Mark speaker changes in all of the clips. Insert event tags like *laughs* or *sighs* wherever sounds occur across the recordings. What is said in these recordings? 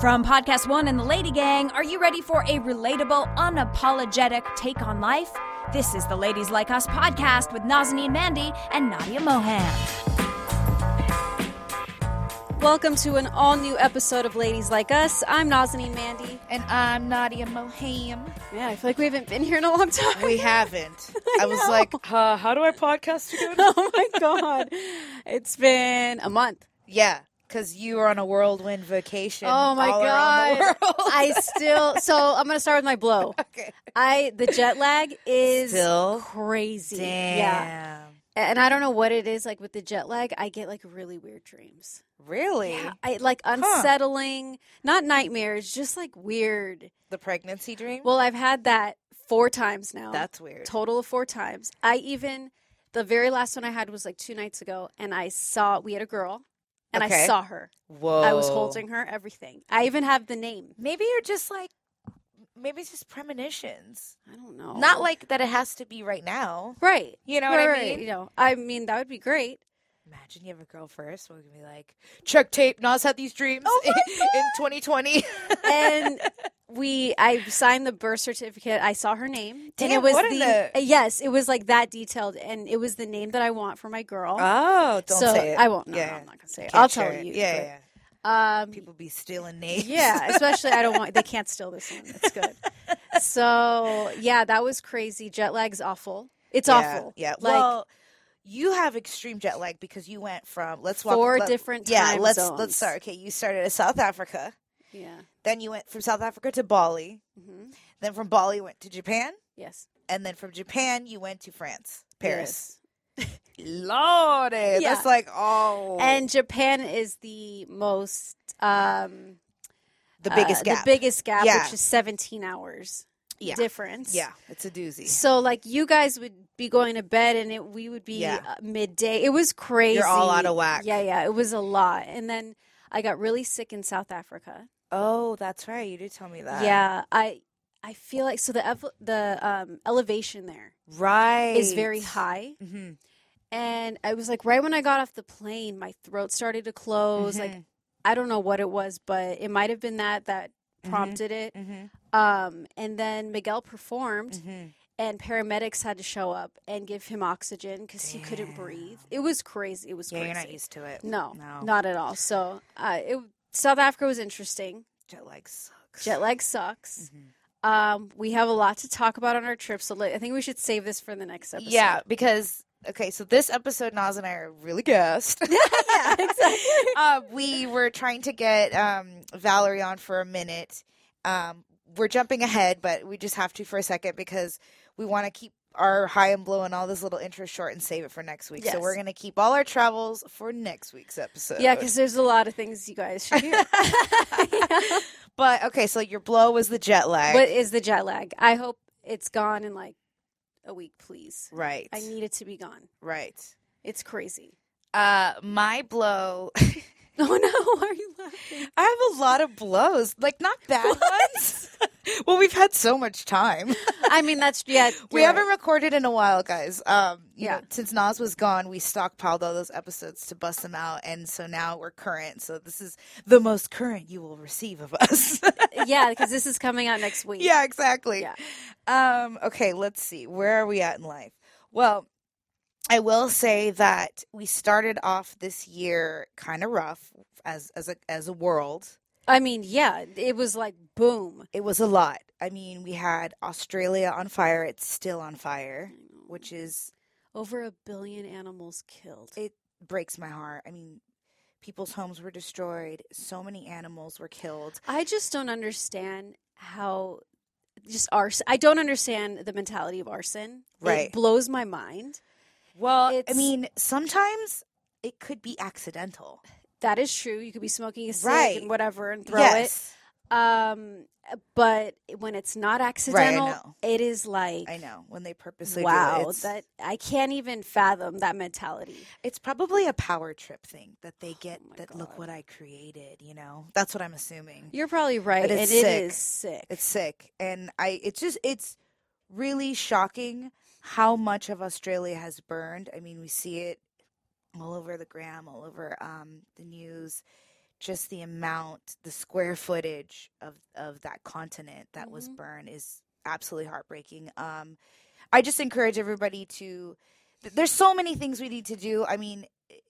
Speaker 1: From Podcast One and the Lady Gang, are you ready for a relatable, unapologetic take on life? This is the Ladies Like Us podcast with Nazanin Mandy and Nadia Mohan.
Speaker 2: Welcome to an all new episode of Ladies Like Us. I'm Nazanin Mandy.
Speaker 3: And I'm Nadia Moham.
Speaker 2: Yeah, I feel like we haven't been here in a long time.
Speaker 3: *laughs* We haven't. I, was like,
Speaker 4: Uh, how do I podcast again?
Speaker 2: *laughs* oh my God. It's been a month.
Speaker 3: yeah, because you were on a whirlwind vacation.
Speaker 2: Oh my
Speaker 3: all around the
Speaker 2: God.
Speaker 3: *laughs* world.
Speaker 2: I still, so I'm going to start with my blow.
Speaker 3: *laughs* okay.
Speaker 2: I, the jet lag is
Speaker 3: Still?
Speaker 2: crazy.
Speaker 3: Damn.
Speaker 2: Yeah. And I don't know what it is like with the jet lag. I get like really weird dreams.
Speaker 3: Really?
Speaker 2: Yeah, I like unsettling, not nightmares, just like weird.
Speaker 3: The pregnancy dream?
Speaker 2: Well, I've had that four times now.
Speaker 3: that's weird.
Speaker 2: total of four times. I even the very last one I had was like two nights ago, and I saw we had a girl, and I
Speaker 3: Okay. Oh.
Speaker 2: saw her.
Speaker 3: Whoa.
Speaker 2: I was holding her. Everything. I even have the name.
Speaker 3: Maybe you're just like, maybe it's just premonitions.
Speaker 2: I don't know.
Speaker 3: Not like that it has to be right now.
Speaker 2: right.
Speaker 3: You know
Speaker 2: right,
Speaker 3: what I
Speaker 2: right,
Speaker 3: mean?
Speaker 2: You know. I mean that would be great.
Speaker 3: Imagine you have a girl first. We're going to be like, check tape. Nas had these dreams *laughs* in 2020. *laughs*
Speaker 2: And we, I signed the birth certificate. I saw her name, and it
Speaker 3: Damn,
Speaker 2: was
Speaker 3: what in
Speaker 2: the uh,
Speaker 3: the-
Speaker 2: yes, it was like that detailed, and it was the name that I want for my girl.
Speaker 3: Oh,
Speaker 2: so I won't. No, no, I'm not gonna say it. I'll tell you.
Speaker 3: Yeah,
Speaker 2: but,
Speaker 3: yeah.
Speaker 2: Um,
Speaker 3: People be stealing names. *laughs*
Speaker 2: Yeah, especially I don't want they can't steal this one. That's good. So yeah, that was crazy. Jet lag's awful. It's
Speaker 3: yeah,
Speaker 2: awful.
Speaker 3: Yeah.
Speaker 2: like
Speaker 3: well, you have extreme jet lag because you went from let's walk
Speaker 2: Four
Speaker 3: let-
Speaker 2: different
Speaker 3: Yeah.
Speaker 2: time
Speaker 3: let's
Speaker 2: zones.
Speaker 3: let's start. Okay, you started at South Africa,
Speaker 2: yeah.
Speaker 3: then you went from South Africa to Bali,
Speaker 2: Mhm.
Speaker 3: then from Bali you went to Japan,
Speaker 2: Yes.
Speaker 3: and then from Japan you went to France, Paris.
Speaker 2: Yes.
Speaker 3: Lordy,
Speaker 2: Yeah.
Speaker 3: that's like oh,
Speaker 2: And Japan is the most um
Speaker 3: the
Speaker 2: uh,
Speaker 3: biggest gap.
Speaker 2: The biggest gap,
Speaker 3: Yeah.
Speaker 2: which is seventeen hours
Speaker 3: yeah,
Speaker 2: difference.
Speaker 3: yeah, it's a doozy.
Speaker 2: So like you guys would be going to bed and it we would be
Speaker 3: Yeah.
Speaker 2: uh, midday. It was crazy.
Speaker 3: all out of whack.
Speaker 2: Yeah, yeah. It was a lot. And then I got really sick in South Africa.
Speaker 3: Oh, that's right. You did tell me that.
Speaker 2: Yeah, I I feel like so the ev- the um, elevation there
Speaker 3: right.
Speaker 2: is very high,
Speaker 3: hmm
Speaker 2: and I was like right when I got off the plane, my throat started to close.
Speaker 3: Mm-hmm.
Speaker 2: Like I don't know what it was, but it might have been that that
Speaker 3: Mhm.
Speaker 2: prompted it.
Speaker 3: hmm
Speaker 2: Um, and then Miguel performed,
Speaker 3: hmm
Speaker 2: and paramedics had to show up and give him oxygen because he couldn't
Speaker 3: Damn.
Speaker 2: breathe. It was crazy. It was
Speaker 3: Yeah,
Speaker 2: crazy.
Speaker 3: you're not used to it.
Speaker 2: no,
Speaker 3: no.
Speaker 2: not at all. So uh, it, South Africa was interesting.
Speaker 3: Jet lag sucks. Mm-hmm.
Speaker 2: Jet lag sucks. Um, we have a lot to talk about on our trip, so li- I think we should save this for the next episode.
Speaker 3: Yeah, because okay, so this episode, Nas and I are really gassed.
Speaker 2: *laughs*
Speaker 3: *laughs*
Speaker 2: yeah, exactly.
Speaker 3: uh, we were trying to get um, Valerie on for a minute. Um, we're jumping ahead, but we just have to for a second because we want to keep our high and blow and all this little intro short and save it for next week. So
Speaker 2: Yes.
Speaker 3: we're gonna keep all our travels for next week's episode.
Speaker 2: Yeah, *laughs* because there's a lot of things you guys should hear. Yeah.
Speaker 3: *laughs* but okay, so your blow was the jet
Speaker 2: *laughs*
Speaker 3: lag,
Speaker 2: What is the jet lag? I hope it's gone in like a week, please.
Speaker 3: right?
Speaker 2: I need it to be gone.
Speaker 3: right.
Speaker 2: It's crazy. *laughs*
Speaker 3: Uh, my blow.
Speaker 2: Oh no, why are you laughing?
Speaker 3: I have a lot of blows, like not bad ones. *laughs* well, we've had so much time.
Speaker 2: I mean, that's yeah.
Speaker 3: we
Speaker 2: you're
Speaker 3: haven't
Speaker 2: right.
Speaker 3: recorded in a while, guys. Um, you
Speaker 2: Yeah.
Speaker 3: know, since Nas was gone, we stockpiled all those episodes to bust them out, and so now we're current. So this is the most current you will receive of us. *laughs*
Speaker 2: yeah, because this is coming out next week.
Speaker 3: yeah, exactly.
Speaker 2: Yeah.
Speaker 3: Um, okay, let's see. Where are we at in life? Well, I will say that we started off this year kind of rough as as a as a world.
Speaker 2: I mean, yeah, it was like boom.
Speaker 3: it was a lot. I mean, we had Australia on fire. It's still on fire, which is
Speaker 2: Over a billion animals killed.
Speaker 3: it breaks my heart. I mean, people's homes were destroyed. So many animals were killed.
Speaker 2: I just don't understand how just arson. I don't understand the mentality of arson.
Speaker 3: Right.
Speaker 2: It blows my mind.
Speaker 3: Well, I
Speaker 2: it's-
Speaker 3: mean, sometimes it could be accidental.
Speaker 2: That is true. You could be smoking a cig
Speaker 3: Right.
Speaker 2: and whatever and throw
Speaker 3: yes,
Speaker 2: it. Um, but when it's not accidental,
Speaker 3: know.
Speaker 2: it is like
Speaker 3: I know. When they purposely do
Speaker 2: Wow,
Speaker 3: it, it's,
Speaker 2: that I can't even fathom that mentality.
Speaker 3: it's probably a power trip thing that they get.
Speaker 2: Oh my
Speaker 3: that
Speaker 2: God.
Speaker 3: look what I created. You know, that's what I'm assuming.
Speaker 2: You're probably right,
Speaker 3: It
Speaker 2: and
Speaker 3: is
Speaker 2: it
Speaker 3: sick.
Speaker 2: is sick.
Speaker 3: It's sick. And I it's just it's really shocking how much of Australia has burned. I mean, we see it all over the gram, all over um the news. just the amount, the square footage of of that continent that was
Speaker 2: Mhm.
Speaker 3: burned is absolutely heartbreaking. Um, I just encourage everybody to. th- There's so many things we need to do. I mean, i-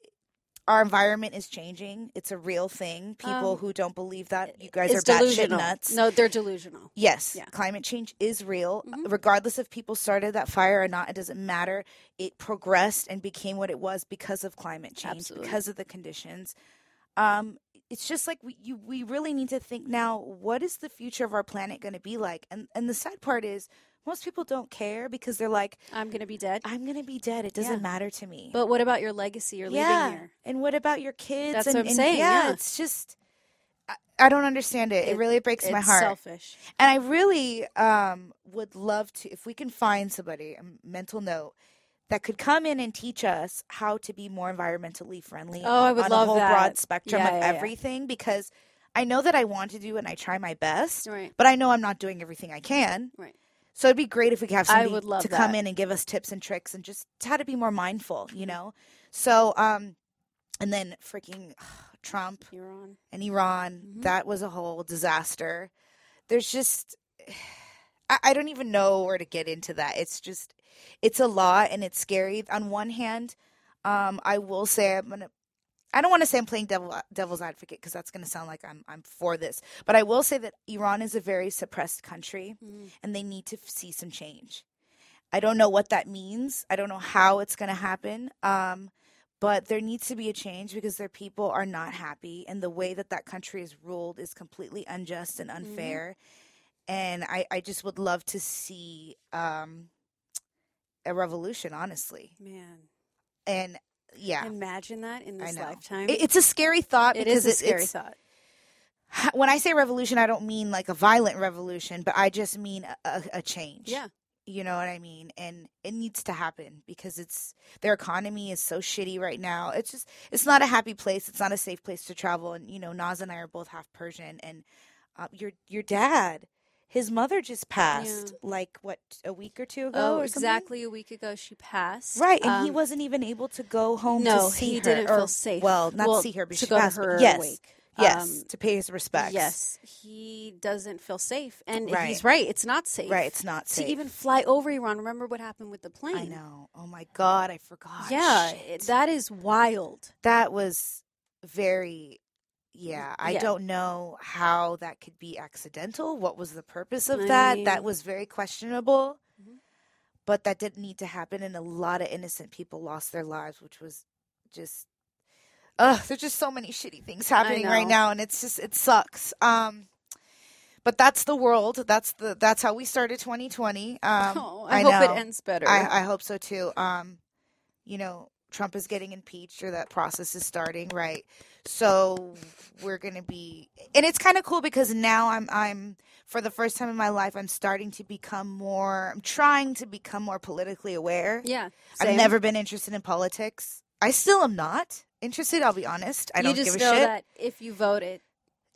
Speaker 3: our environment is changing. It's a real thing. People
Speaker 2: Um,
Speaker 3: who don't believe that, you guys are
Speaker 2: it's
Speaker 3: batshit
Speaker 2: delusional.
Speaker 3: nuts.
Speaker 2: No, they're delusional.
Speaker 3: Yes,
Speaker 2: Yeah.
Speaker 3: climate change is real.
Speaker 2: Mhm.
Speaker 3: Regardless if people started that fire or not, it doesn't matter. It progressed and became what it was because of climate change,
Speaker 2: Absolutely.
Speaker 3: because of the conditions. Um, it's just like we you, we really need to think now. What is the future of our planet going to be like? And and the sad part is most people don't care because they're like,
Speaker 2: I'm gonna be dead.
Speaker 3: I'm going to be dead. It doesn't
Speaker 2: Yeah.
Speaker 3: matter to me.
Speaker 2: But what about your legacy? You're
Speaker 3: yeah.
Speaker 2: leaving here.
Speaker 3: And what about your kids?
Speaker 2: That's
Speaker 3: and,
Speaker 2: what I'm
Speaker 3: and-
Speaker 2: saying, yeah.
Speaker 3: it's just. I- I don't understand it. It,
Speaker 2: It-
Speaker 3: really breaks
Speaker 2: it's
Speaker 3: my heart.
Speaker 2: selfish.
Speaker 3: And I really um, would love to, if we can find somebody, a m- mental note, that could come in and teach us how to be more environmentally friendly
Speaker 2: Oh, I
Speaker 3: on-
Speaker 2: would
Speaker 3: on
Speaker 2: love
Speaker 3: a whole
Speaker 2: that.
Speaker 3: broad spectrum
Speaker 2: Yeah,
Speaker 3: of
Speaker 2: yeah, yeah.
Speaker 3: everything because I know that I want to do and I try my best,
Speaker 2: Right.
Speaker 3: but I know I'm not doing everything I can.
Speaker 2: Right.
Speaker 3: So it'd be great if we could have
Speaker 2: I
Speaker 3: somebody
Speaker 2: would love
Speaker 3: to come
Speaker 2: that. Mm-hmm.
Speaker 3: in and give us tips and tricks and just how to be more mindful, you know? So, um, and then freaking Trump
Speaker 2: You're on.
Speaker 3: and Iran.
Speaker 2: Mhm.
Speaker 3: That was a whole disaster. There's just, *sighs* I, I don't even know where to get into that. It's just, it's a lot and it's scary. On one hand, um, I will say I'm gonna. I don't want to say I'm playing devil devil's advocate because that's going to sound like I'm I'm for this, but I will say that Iran is a very suppressed country
Speaker 2: Mhm.
Speaker 3: and they need to f- see some change. I don't know what that means. I don't know how it's going to happen. Um, but there needs to be a change because their people are not happy, and the way that that country is ruled is completely unjust and
Speaker 2: Mm-hmm.
Speaker 3: unfair. And I, I just would love to see um, a revolution, honestly.
Speaker 2: Man,
Speaker 3: And yeah,
Speaker 2: imagine that in
Speaker 3: I
Speaker 2: this
Speaker 3: know.
Speaker 2: lifetime.
Speaker 3: It- it's a scary thought
Speaker 2: it
Speaker 3: because
Speaker 2: is a scary
Speaker 3: it's,
Speaker 2: thought.
Speaker 3: when I say revolution, I don't mean like a violent revolution, but I just mean a, a, a change.
Speaker 2: Yeah.
Speaker 3: You know what I mean? And it needs to happen because it's their economy is so shitty right now. It's just it's not a happy place. It's not a safe place to travel. And you know, Naz and I are both half Persian, and uh, your your dad, his mother just passed like what a week or two ago.
Speaker 2: Oh,
Speaker 3: or something?
Speaker 2: exactly a week ago she passed.
Speaker 3: Right, and he
Speaker 2: Um,
Speaker 3: wasn't even able to go home.
Speaker 2: No,
Speaker 3: to see
Speaker 2: he
Speaker 3: her,
Speaker 2: didn't
Speaker 3: or-
Speaker 2: feel safe.
Speaker 3: Well, not
Speaker 2: Well,
Speaker 3: see her, but
Speaker 2: to
Speaker 3: she
Speaker 2: go to
Speaker 3: passed. but
Speaker 2: her
Speaker 3: yes,
Speaker 2: wake.
Speaker 3: yes,
Speaker 2: Um,
Speaker 3: to pay his respects.
Speaker 2: Yes, he doesn't feel safe, and
Speaker 3: Right.
Speaker 2: he's right. It's not safe.
Speaker 3: right. It's not
Speaker 2: to
Speaker 3: safe.
Speaker 2: even fly over Iran. Remember what happened with the plane?
Speaker 3: I know. Oh my god, I forgot.
Speaker 2: Yeah,
Speaker 3: Shit.
Speaker 2: it- that is wild.
Speaker 3: that was very yeah, I
Speaker 2: Mm, yeah.
Speaker 3: don't know how that could be accidental. What was the purpose of
Speaker 2: I
Speaker 3: that? That
Speaker 2: mean-
Speaker 3: was very questionable.
Speaker 2: Mhm.
Speaker 3: But that didn't need to happen and a lot of innocent people lost their lives, which was just Ugh, there's just so many shitty things happening right
Speaker 2: know.
Speaker 3: now and it's just it sucks. Um but that's the world. That's the that's how we started 2020. Um
Speaker 2: *laughs* oh, I, hope
Speaker 3: know.
Speaker 2: it ends better.
Speaker 3: I, I hope so too. Um, you know, Trump is getting impeached, or that process is starting, right? So we're gonna be, and it's kind of cool because now I'm, I'm for the first time in my life, I'm starting to become more. I'm trying to become more politically aware.
Speaker 2: yeah,
Speaker 3: I've
Speaker 2: same.
Speaker 3: never been interested in politics. I still am not interested. I'll be honest. I
Speaker 2: you
Speaker 3: don't
Speaker 2: just
Speaker 3: give a
Speaker 2: know
Speaker 3: shit.
Speaker 2: that if you vote it,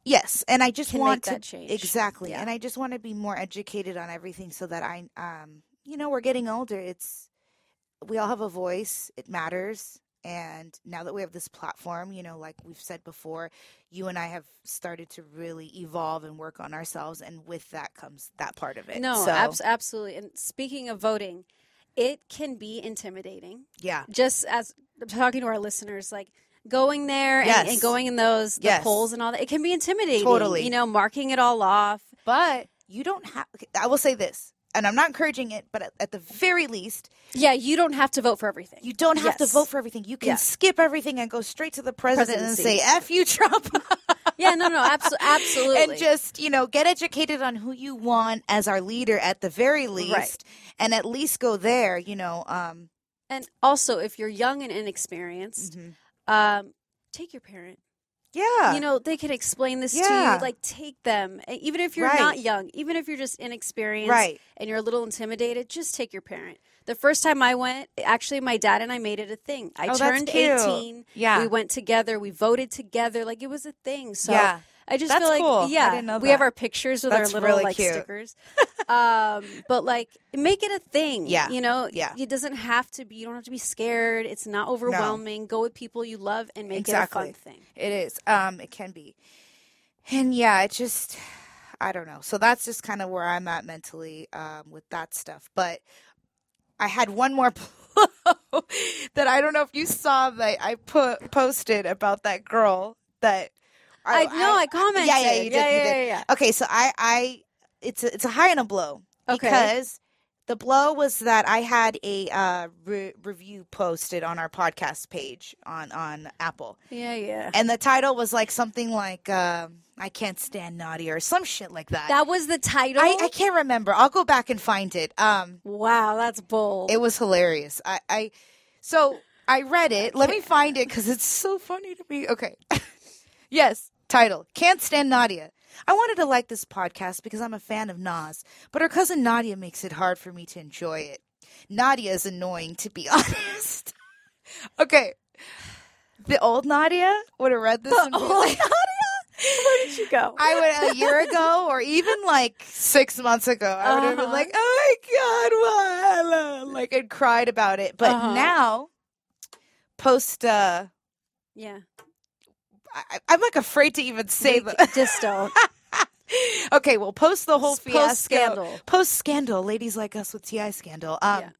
Speaker 3: Yes, and I just
Speaker 2: Can make
Speaker 3: want to
Speaker 2: that change.
Speaker 3: exactly,
Speaker 2: Yeah.
Speaker 3: and I just want to be more educated on everything so that I, um, you know, we're getting older. It's we all have a voice. It matters, and now that we have this platform, you know, like we've said before, you and I have started to really evolve and work on ourselves, and with that comes that part of it.
Speaker 2: no,
Speaker 3: so,
Speaker 2: abs- absolutely. And speaking of voting, it can be intimidating.
Speaker 3: yeah,
Speaker 2: Just as I'm talking to our listeners, like going there and,
Speaker 3: Yes.
Speaker 2: and going in those the
Speaker 3: Yes.
Speaker 2: polls and all that, it can be intimidating.
Speaker 3: Totally.
Speaker 2: you know, marking it all off.
Speaker 3: but you don't have. I will say this, and I'm not encouraging it, but at, at the very least,
Speaker 2: Yeah, you don't have to vote for everything.
Speaker 3: You don't have to
Speaker 2: Yes.
Speaker 3: vote for everything. You can
Speaker 2: Yeah.
Speaker 3: skip everything and go straight to the president and
Speaker 2: Presidency.
Speaker 3: say "f you, *laughs* Trump,"
Speaker 2: yeah, no, no, abso- absolutely.
Speaker 3: *laughs* and just you know get educated on who you want as our leader at the very least, and at least go there. You know, um,
Speaker 2: And also, if you're young and inexperienced,
Speaker 3: Mm-hmm.
Speaker 2: um, take your parent.
Speaker 3: yeah,
Speaker 2: You know, they can explain this to
Speaker 3: Yeah.
Speaker 2: you. Like, take them. E- Even if you're
Speaker 3: Right.
Speaker 2: not young, even if you're just inexperienced
Speaker 3: Right.
Speaker 2: and you're a little intimidated, just take your parent. The first time I went, actually, my dad and I made it a thing. I
Speaker 3: Oh, that's
Speaker 2: turned
Speaker 3: cute.
Speaker 2: 18.
Speaker 3: Yeah.
Speaker 2: We went together. We voted together. Like, it was a thing. So,
Speaker 3: Yeah.
Speaker 2: I just
Speaker 3: That's
Speaker 2: feel like
Speaker 3: cool. I
Speaker 2: yeah,
Speaker 3: didn't know
Speaker 2: we have
Speaker 3: that.
Speaker 2: our pictures with
Speaker 3: That's
Speaker 2: our little
Speaker 3: really
Speaker 2: like
Speaker 3: cute.
Speaker 2: stickers. um, *laughs* but like make it a thing.
Speaker 3: Yeah.
Speaker 2: you know,
Speaker 3: Yeah.
Speaker 2: it doesn't have to be. You don't have to be scared. It's not overwhelming. Go with people you love and make it
Speaker 3: Exactly.
Speaker 2: a fun thing.
Speaker 3: It is. Um, it can be. And yeah, it just I don't know. So that's just kind of where I'm at mentally um with that stuff. But I had one more *laughs* blow that I don't know if you saw that I put posted about that girl that
Speaker 2: I know. I, commented.
Speaker 3: Yeah, yeah, you did,
Speaker 2: Yeah,
Speaker 3: you
Speaker 2: yeah,
Speaker 3: did.
Speaker 2: yeah, yeah.
Speaker 3: Okay, so I I it's a, it's a high and a low
Speaker 2: Okay.
Speaker 3: because the blow was that I had a uh, re- review posted on our podcast page on on Apple.
Speaker 2: Yeah, yeah.
Speaker 3: And the title was like something like um, "I can't stand naughty" or some shit like that.
Speaker 2: That was the title.
Speaker 3: I, I can't remember. I'll go back and find it. Um,
Speaker 2: wow, that's bold. *laughs*
Speaker 3: it was hilarious. I, I so I read it. Let me find it because it's so funny to me. Okay. *laughs* yes. Title: Can't stand Nadia. I wanted to like this podcast because I'm a fan of Nas, but her cousin Nadia makes it hard for me to enjoy it. Nadia is annoying, to be *laughs* honest. okay. The old Nadia would have read this. and been
Speaker 2: Oh
Speaker 3: *laughs* like,
Speaker 2: Where did you go?
Speaker 3: I would a year ago or even like six months ago, I would have been
Speaker 2: Uh-huh.
Speaker 3: like, "Oh my god, Wahala!" Like and cried about it. But
Speaker 2: Uh-huh.
Speaker 3: now, post, uh,
Speaker 2: yeah.
Speaker 3: I, I- I'm like afraid to even say
Speaker 2: We-
Speaker 3: the.
Speaker 2: just don't.
Speaker 3: okay, well, post the *laughs* whole
Speaker 2: Post
Speaker 3: fiasco.
Speaker 2: scandal.
Speaker 3: Post scandal, ladies like us with Ti scandal. Um,
Speaker 2: Yeah.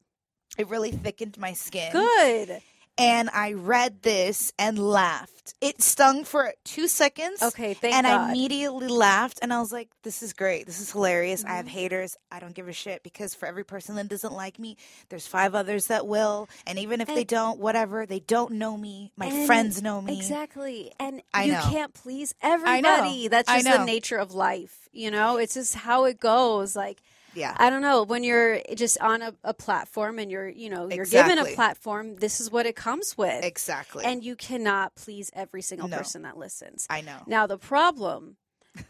Speaker 3: it really thickened my skin.
Speaker 2: Good.
Speaker 3: and I read this and laughed. It stung for two seconds.
Speaker 2: Okay, thank
Speaker 3: and
Speaker 2: God.
Speaker 3: I immediately laughed, and I was like, "This is great. This is hilarious. I
Speaker 2: Mm-hmm.
Speaker 3: have haters. I don't give a shit because for every person that doesn't like me, there's five others that will. And even if they
Speaker 2: And-
Speaker 3: don't, whatever, they don't know me. My
Speaker 2: And-
Speaker 3: friends know me.
Speaker 2: Exactly. And
Speaker 3: I
Speaker 2: you
Speaker 3: know.
Speaker 2: can't please
Speaker 3: I know.
Speaker 2: everybody. That's
Speaker 3: I
Speaker 2: just the
Speaker 3: know.
Speaker 2: nature of life. You know, it's just how it goes. Like,
Speaker 3: Yeah,
Speaker 2: I don't know, when you're just on a, a platform and you're, you know, you're given
Speaker 3: Exactly.
Speaker 2: a platform, this is what it comes with.
Speaker 3: exactly.
Speaker 2: And you cannot please every single
Speaker 3: No.
Speaker 2: person that listens.
Speaker 3: I know.
Speaker 2: Now, the
Speaker 3: *laughs*
Speaker 2: problem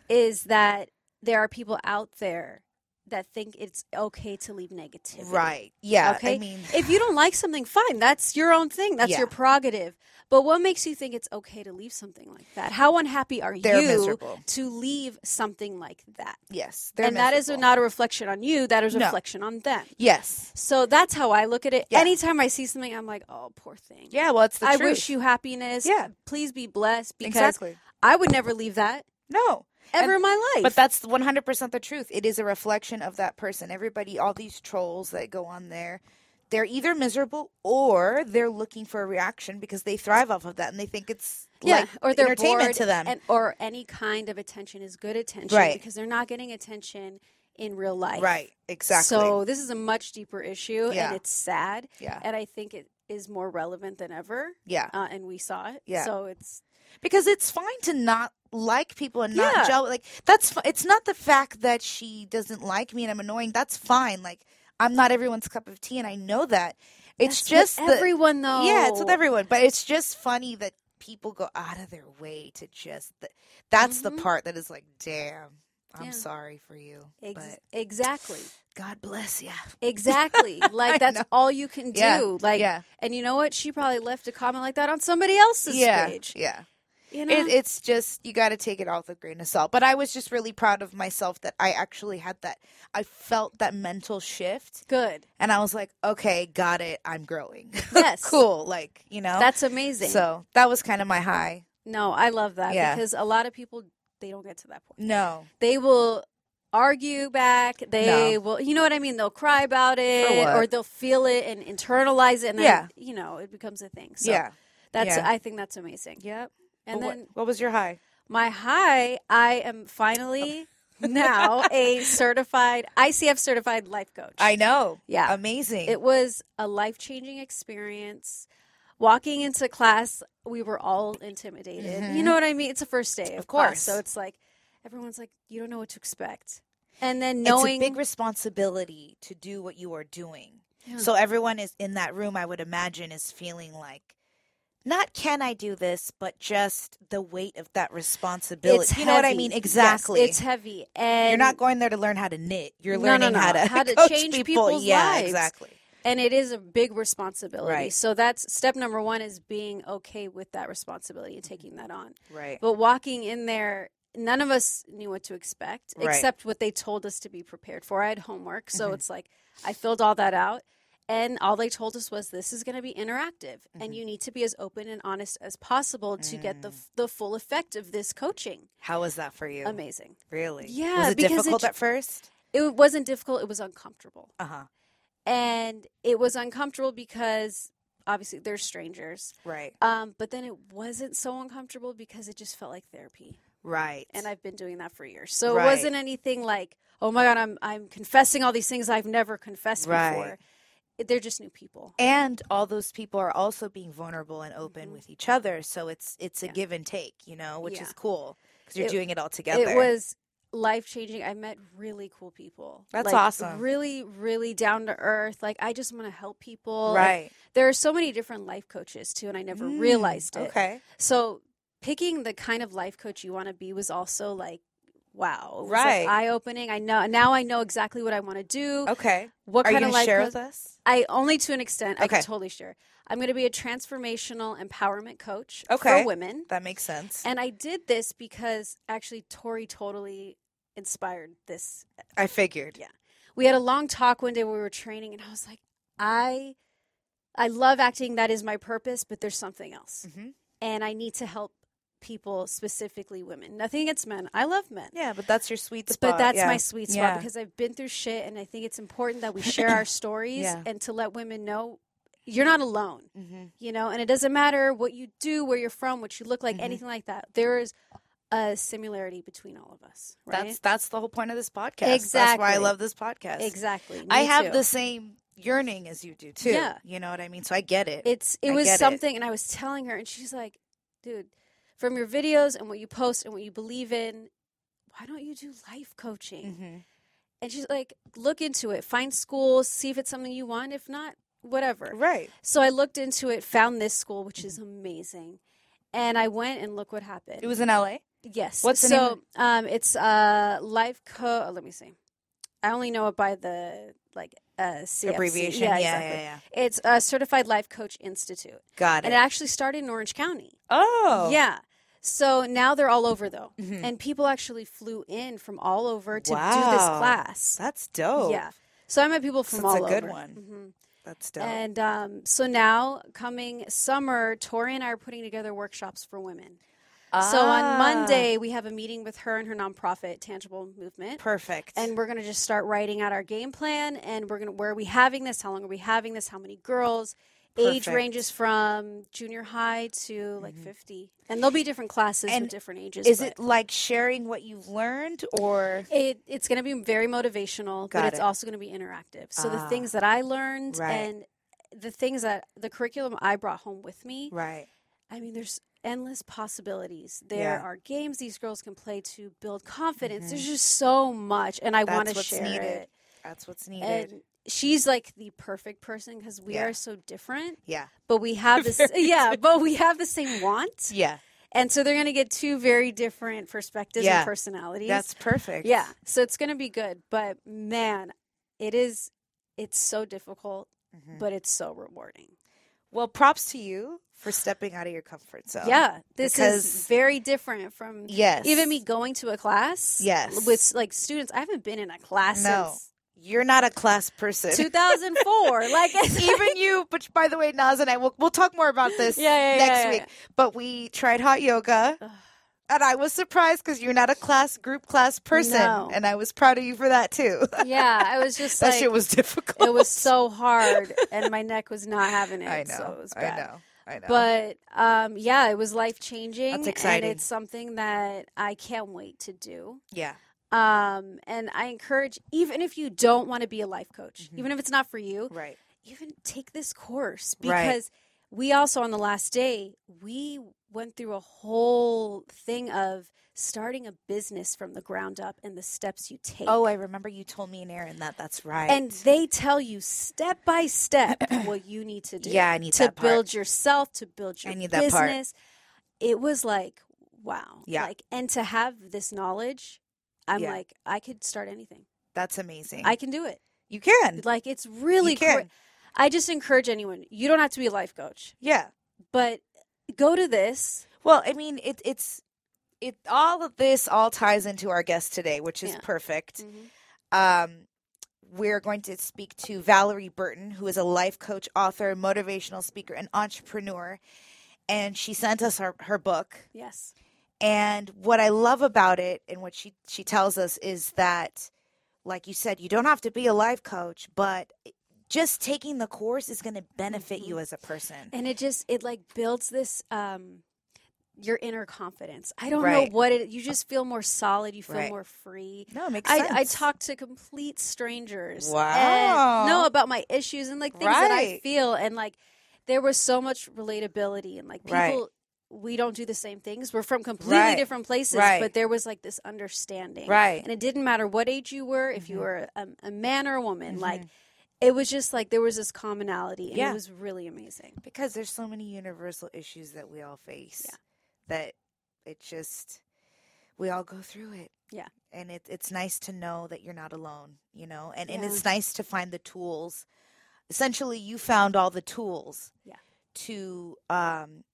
Speaker 2: is that there are people out there that think it's okay to leave negativity.
Speaker 3: Right? Yeah.
Speaker 2: Okay.
Speaker 3: I mean,
Speaker 2: If you don't like something, fine. That's your own thing. That's
Speaker 3: Yeah.
Speaker 2: your prerogative. But what makes you think it's okay to leave something like that? How unhappy are
Speaker 3: They're
Speaker 2: you
Speaker 3: miserable.
Speaker 2: to leave something like that?
Speaker 3: yes, they're
Speaker 2: and that is
Speaker 3: miserable.
Speaker 2: not a reflection on you. That is a
Speaker 3: No.
Speaker 2: reflection on them.
Speaker 3: Yes.
Speaker 2: So that's how I look at it.
Speaker 3: Yeah.
Speaker 2: Anytime I see something, I'm like, oh, poor thing.
Speaker 3: Yeah. Well, it's the
Speaker 2: I
Speaker 3: truth.
Speaker 2: wish you happiness.
Speaker 3: Yeah.
Speaker 2: Please be blessed because
Speaker 3: exactly.
Speaker 2: I would never leave that
Speaker 3: No.
Speaker 2: ever
Speaker 3: And-
Speaker 2: in my life.
Speaker 3: But that's 100% the truth. It is a reflection of that person. Everybody, all these trolls that go on there, they're either miserable or they're looking for a reaction because they thrive off of that and they think it's
Speaker 2: yeah,
Speaker 3: like
Speaker 2: or they're
Speaker 3: entertainment
Speaker 2: bored
Speaker 3: to them.
Speaker 2: and, or any kind of attention is good attention
Speaker 3: Right.
Speaker 2: because they're not getting attention in real life.
Speaker 3: right, exactly.
Speaker 2: So this is a much deeper issue,
Speaker 3: Yeah.
Speaker 2: and it's sad,
Speaker 3: yeah,
Speaker 2: and I think it is more relevant than ever.
Speaker 3: yeah.
Speaker 2: Uh, and we saw it.
Speaker 3: Yeah.
Speaker 2: So it's
Speaker 3: Because it's fine to not like people and not
Speaker 2: Yeah.
Speaker 3: gel. Like, that's fi- it's not the fact that she doesn't like me and I'm annoying. That's fine. Like, I'm not everyone's cup of tea and I know that. It's
Speaker 2: that's
Speaker 3: just
Speaker 2: with
Speaker 3: the,
Speaker 2: everyone though.
Speaker 3: Yeah, it's with everyone, but it's just funny that people go out of their way to just. Th- that's the
Speaker 2: Mhm.
Speaker 3: part that is like, damn, I'm
Speaker 2: Yeah.
Speaker 3: sorry for you,
Speaker 2: Ex-
Speaker 3: but
Speaker 2: exactly.
Speaker 3: *laughs* God bless you.
Speaker 2: Exactly.
Speaker 3: I
Speaker 2: Like that's
Speaker 3: know.
Speaker 2: all you can do.
Speaker 3: Yeah.
Speaker 2: Like
Speaker 3: yeah,
Speaker 2: and you know what? She probably left a comment like that on somebody else's
Speaker 3: yeah,
Speaker 2: page.
Speaker 3: yeah.
Speaker 2: You know?
Speaker 3: It, *laughs* it's just you got to take it all with a grain of salt. But I was just really proud of myself that I actually had that. I felt that mental shift, *laughs*
Speaker 2: Good.
Speaker 3: and I was like, okay, got it. I'm growing. *laughs*
Speaker 2: Yes.
Speaker 3: cool. Like you know.
Speaker 2: That's amazing.
Speaker 3: so that was kind of my high.
Speaker 2: No, I love that
Speaker 3: Yeah.
Speaker 2: because a lot of people they don't get to that point.
Speaker 3: No,
Speaker 2: They will argue back. They will, you know what I mean? They'll cry about it
Speaker 3: what?
Speaker 2: or they'll feel it and internalize it and then,
Speaker 3: Yeah.
Speaker 2: you know, it becomes a thing. So
Speaker 3: yeah.
Speaker 2: that's
Speaker 3: yeah.
Speaker 2: I think that's amazing. Yep. And
Speaker 3: But what-
Speaker 2: then
Speaker 3: what was your high?
Speaker 2: my high, I am
Speaker 3: *laughs*
Speaker 2: finally now a certified ICF certified life coach.
Speaker 3: I know.
Speaker 2: Yeah.
Speaker 3: Amazing.
Speaker 2: It was a life changing experience. Walking into class, we were all intimidated. You know what I mean? It's the first day, Mm-hmm. of,
Speaker 3: Of
Speaker 2: class,
Speaker 3: course.
Speaker 2: so it's like everyone's like, you don't know what to expect, and then knowing
Speaker 3: it's a big responsibility to do what you are doing.
Speaker 2: Yeah.
Speaker 3: So everyone is in that room, I would imagine, is feeling like not can I do this, but just the weight of that responsibility.
Speaker 2: it's
Speaker 3: you know what I
Speaker 2: heavy.
Speaker 3: mean?
Speaker 2: Yes,
Speaker 3: Exactly.
Speaker 2: it's heavy, and
Speaker 3: You're not going there to learn how to knit. You're
Speaker 2: No, no,
Speaker 3: learning how
Speaker 2: no.
Speaker 3: to
Speaker 2: How to
Speaker 3: *laughs* coach
Speaker 2: change
Speaker 3: people.
Speaker 2: people's
Speaker 3: yeah,
Speaker 2: lives.
Speaker 3: exactly.
Speaker 2: and it is a big responsibility.
Speaker 3: Right.
Speaker 2: So that's step number one is being okay with that responsibility and taking that on.
Speaker 3: Right.
Speaker 2: But walking in there none of us knew what to expect
Speaker 3: Right.
Speaker 2: except what they told us to be prepared for. I had homework, so it's like I filled all that out. And all they told us was this is going to be interactive, and you need to be as open and honest as possible to get the f- the full effect of this coaching.
Speaker 3: How was that for you?
Speaker 2: Amazing.
Speaker 3: Really?
Speaker 2: Yeah,
Speaker 3: Was it
Speaker 2: because it
Speaker 3: difficult
Speaker 2: j-
Speaker 3: at first?
Speaker 2: It wasn't difficult; it was uncomfortable.
Speaker 3: Uh huh.
Speaker 2: and it was uncomfortable because obviously they're strangers.
Speaker 3: Right.
Speaker 2: Um, but then it wasn't so uncomfortable because it just felt like therapy,
Speaker 3: Right.
Speaker 2: and I've been doing that for years. So
Speaker 3: Right.
Speaker 2: it wasn't anything like, oh my god, I'm I'm confessing all these things I've never confessed
Speaker 3: Right.
Speaker 2: before. It- They're just new people.
Speaker 3: and all those people are also being vulnerable and open with each other so it's it's a give and take you know which
Speaker 2: Mm-hmm. Yeah.
Speaker 3: is cool because you're
Speaker 2: It-
Speaker 3: doing it all together
Speaker 2: It was life changing. I met really cool people.
Speaker 3: That's
Speaker 2: Like,
Speaker 3: awesome.
Speaker 2: Really, really down to earth. Like I just want to help people. And
Speaker 3: right Mm,
Speaker 2: there are so many different life coaches too, and I never realized it.
Speaker 3: okay
Speaker 2: So picking the kind of life coach you want to be was also like, wow, it was, like,
Speaker 3: Right.
Speaker 2: eye opening. I know now I know exactly what I want to do.
Speaker 3: okay
Speaker 2: What
Speaker 3: are you
Speaker 2: kind
Speaker 3: gonna
Speaker 2: of life
Speaker 3: share
Speaker 2: coach-
Speaker 3: with us
Speaker 2: I only to an extent. I
Speaker 3: Okay.
Speaker 2: can totally share. I'm going to be a transformational empowerment coach
Speaker 3: Okay.
Speaker 2: for women,
Speaker 3: that makes sense
Speaker 2: and I did this because actually Tori totally inspired this
Speaker 3: i figured
Speaker 2: Yeah. we had a long talk one day where we were training and i was like i i love acting that is my purpose but there's something else
Speaker 3: Mhm.
Speaker 2: and i need to help people specifically women nothing against men i love men
Speaker 3: yeah but that's your sweet spot
Speaker 2: but that's
Speaker 3: yeah.
Speaker 2: my sweet spot
Speaker 3: Yeah.
Speaker 2: because i've been through shit and i think it's important that we
Speaker 3: *coughs*
Speaker 2: share our stories
Speaker 3: Yeah.
Speaker 2: and to let women know you're not alone
Speaker 3: Mhm.
Speaker 2: you know and it doesn't matter what you do where you're from what you look like
Speaker 3: Mm-hmm.
Speaker 2: anything like that there is a similarity between all of us right
Speaker 3: that's that's the whole point of this podcast that's why i
Speaker 2: Exactly.
Speaker 3: love this podcast
Speaker 2: exactly Me
Speaker 3: i have
Speaker 2: too.
Speaker 3: the same yearning as you do too
Speaker 2: Yeah.
Speaker 3: you know what i mean so i get it
Speaker 2: it's it
Speaker 3: I
Speaker 2: was
Speaker 3: get it.
Speaker 2: something and i was telling her and she's like dude from your videos and what you post and what you believe in why don't you do life coaching
Speaker 3: Mhm.
Speaker 2: and she's like look into it find schools see if it's something you want if not whatever
Speaker 3: right Mm-hmm.
Speaker 2: so i looked into it found this school which is amazing and i went and look what happened
Speaker 3: it was in la
Speaker 2: yes
Speaker 3: What's the name
Speaker 2: so um it's uh life co oh, let me see i only know it by the like uh CFC.
Speaker 3: abbreviation
Speaker 2: yeah,
Speaker 3: yeah yeah,
Speaker 2: exactly.
Speaker 3: yeah.
Speaker 2: it's a certified life coach institute
Speaker 3: got
Speaker 2: and
Speaker 3: it
Speaker 2: it actually started in Orange County.
Speaker 3: oh
Speaker 2: Yeah. So now they're all over though.
Speaker 3: Mhm.
Speaker 2: And people actually flew in from all over to do this
Speaker 3: Wow.
Speaker 2: class.
Speaker 3: that's dope
Speaker 2: Yeah. So I met people from
Speaker 3: That's a
Speaker 2: all
Speaker 3: good
Speaker 2: over.
Speaker 3: one.
Speaker 2: Mhm.
Speaker 3: that's dope
Speaker 2: And um, so now coming summer, Tori and I are putting together workshops for women. So
Speaker 3: Ah.
Speaker 2: on Monday we have a meeting with her and her nonprofit Tangible Movement.
Speaker 3: Perfect.
Speaker 2: and we're going to just start writing out our game plan and we're going to where are we having this how long are we having this how many girls age
Speaker 3: Perfect. Mm-hmm.
Speaker 2: ranges from junior high to like 50 and there'll be different classes
Speaker 3: And
Speaker 2: with different ages
Speaker 3: is
Speaker 2: but
Speaker 3: it like sharing what you've learned or
Speaker 2: it, it's going to be very motivational
Speaker 3: Got
Speaker 2: but it's
Speaker 3: it.
Speaker 2: also going to be interactive so the
Speaker 3: Ah.
Speaker 2: things that i learned
Speaker 3: Right.
Speaker 2: and the things that the curriculum i brought home with me
Speaker 3: right?
Speaker 2: I mean, there's endless possibilities. There
Speaker 3: Yeah. Mm-hmm.
Speaker 2: are games these girls can play to build confidence. There's just so much, and I
Speaker 3: That's
Speaker 2: want to
Speaker 3: what's
Speaker 2: share
Speaker 3: needed.
Speaker 2: it.
Speaker 3: That's what's needed.
Speaker 2: And she's like the perfect person because we
Speaker 3: Yeah.
Speaker 2: are so different,
Speaker 3: yeah,
Speaker 2: but we
Speaker 3: *laughs*
Speaker 2: have this, *laughs* yeah, but we have the same want,
Speaker 3: yeah,
Speaker 2: and so they're going to get two very different perspectives
Speaker 3: Yeah.
Speaker 2: and personalities.
Speaker 3: that's perfect.
Speaker 2: yeah, so it's going to be good. But man, it is. It's so difficult,
Speaker 3: Mhm.
Speaker 2: but it's so rewarding.
Speaker 3: Well, props to you for stepping out of your comfort zone.
Speaker 2: yeah, this
Speaker 3: because-
Speaker 2: is very different from
Speaker 3: Yes.
Speaker 2: even me going to a class
Speaker 3: Yes.
Speaker 2: with like students i haven't been in a class
Speaker 3: No.
Speaker 2: since
Speaker 3: You're not a class person.
Speaker 2: 2004 like it's like-
Speaker 3: *laughs* Even you, but by the way, Naz and I, we'll, we'll talk more about this
Speaker 2: *laughs* Yeah, yeah, yeah,
Speaker 3: next
Speaker 2: yeah,
Speaker 3: week. But we tried hot yoga, and I was surprised because you're not a class group class person,
Speaker 2: No.
Speaker 3: and I was proud of you for that too. *laughs*
Speaker 2: yeah i was just
Speaker 3: that
Speaker 2: like
Speaker 3: shit was difficult. *laughs*
Speaker 2: it was so hard and my neck was not having it
Speaker 3: I know.
Speaker 2: so it was
Speaker 3: I
Speaker 2: bad
Speaker 3: know. I know.
Speaker 2: but um yeah it was life changing
Speaker 3: That's exciting.
Speaker 2: and it's something that i can't wait to do
Speaker 3: yeah,
Speaker 2: um and i encourage even if you don't want to be a life coach
Speaker 3: Mm-hmm.
Speaker 2: even if it's not for you
Speaker 3: right.
Speaker 2: even take this course
Speaker 3: Right.
Speaker 2: because we also on the last day we went through a whole thing of starting a business from the ground up and the steps you take.
Speaker 3: Oh, I remember you told me and Aaron that. That's right.
Speaker 2: and they tell you step by step what you need to do.
Speaker 3: Yeah, I need
Speaker 2: to
Speaker 3: that part.
Speaker 2: build yourself, to build
Speaker 3: I
Speaker 2: your
Speaker 3: need that part.
Speaker 2: business. It was like wow.
Speaker 3: Yeah.
Speaker 2: Like and to have this knowledge, I'm
Speaker 3: Yeah.
Speaker 2: like I could start anything.
Speaker 3: that's amazing.
Speaker 2: I can do it.
Speaker 3: you can.
Speaker 2: Like it's really
Speaker 3: you can.
Speaker 2: great. I just encourage anyone. You don't have to be a life coach.
Speaker 3: Yeah.
Speaker 2: but go to this.
Speaker 3: Well, I mean, it, it's it all of this all ties into our guest today, which is
Speaker 2: Yeah.
Speaker 3: perfect.
Speaker 2: Mhm.
Speaker 3: Um, we're going to speak to Valerie Burton, who is a life coach, author, motivational speaker, and entrepreneur. And she sent us her, her book.
Speaker 2: Yes.
Speaker 3: And what I love about it and what she, she tells us is that, like you said, you don't have to be a life coach, but just taking the course is going to benefit you
Speaker 2: Mm-hmm.
Speaker 3: as a person.
Speaker 2: And it just it like builds this um your inner confidence. I don't
Speaker 3: Right.
Speaker 2: know what it you just feel more solid, you feel
Speaker 3: Right.
Speaker 2: more free.
Speaker 3: No, it makes
Speaker 2: I,
Speaker 3: sense.
Speaker 2: I talk to complete strangers. and
Speaker 3: Wow.
Speaker 2: know about my issues and like things that I
Speaker 3: Right.
Speaker 2: feel. And like there was so much relatability and like people,
Speaker 3: Right.
Speaker 2: we don't do the same things. We're from completely
Speaker 3: Right.
Speaker 2: different places,
Speaker 3: Right.
Speaker 2: but there was like this understanding.
Speaker 3: Right. Mm-hmm.
Speaker 2: And it didn't matter what age you were, if you were a, a man or a woman, like it was just like there was this commonality and
Speaker 3: Yeah.
Speaker 2: it was really amazing.
Speaker 3: because there's so many universal issues that we all face
Speaker 2: Yeah.
Speaker 3: that it just we all go through it
Speaker 2: Yeah.
Speaker 3: and it, it's nice to know that you're not alone you know and, and
Speaker 2: Yeah.
Speaker 3: it's nice to find the tools essentially you found all the tools
Speaker 2: Yeah.
Speaker 3: to um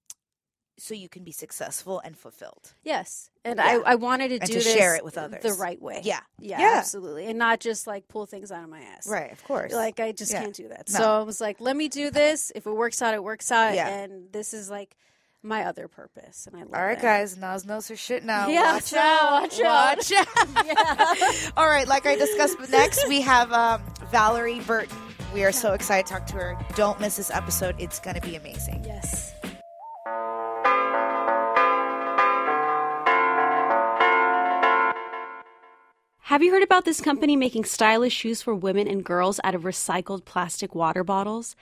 Speaker 3: so you can be successful and fulfilled
Speaker 2: Yes. And
Speaker 3: Yeah.
Speaker 2: I, I wanted to
Speaker 3: And
Speaker 2: do
Speaker 3: to
Speaker 2: this
Speaker 3: share it with
Speaker 2: the
Speaker 3: others.
Speaker 2: right way.
Speaker 3: yeah
Speaker 2: Yeah,
Speaker 3: Yeah.
Speaker 2: absolutely. And not just like pull things out of my ass.
Speaker 3: right of course
Speaker 2: Like I just
Speaker 3: Yeah.
Speaker 2: can't do that.
Speaker 3: No.
Speaker 2: So I was like, let me do this. If it works out, it works out.
Speaker 3: Yeah.
Speaker 2: And this is like my other purpose. And I love
Speaker 3: all right
Speaker 2: it. *laughs*
Speaker 3: guys Nas knows her shit now
Speaker 2: Yeah,
Speaker 3: watch
Speaker 2: so
Speaker 3: out
Speaker 2: watch out. *laughs*
Speaker 3: watch out
Speaker 2: Yeah.
Speaker 3: All right, like I discussed next, we have um, Valerie Burton. We are so excited to talk to her. Don't miss this episode, it's going to be amazing.
Speaker 2: yes.
Speaker 5: Have you heard about this company making stylish shoes for women and girls out of recycled plastic water bottles?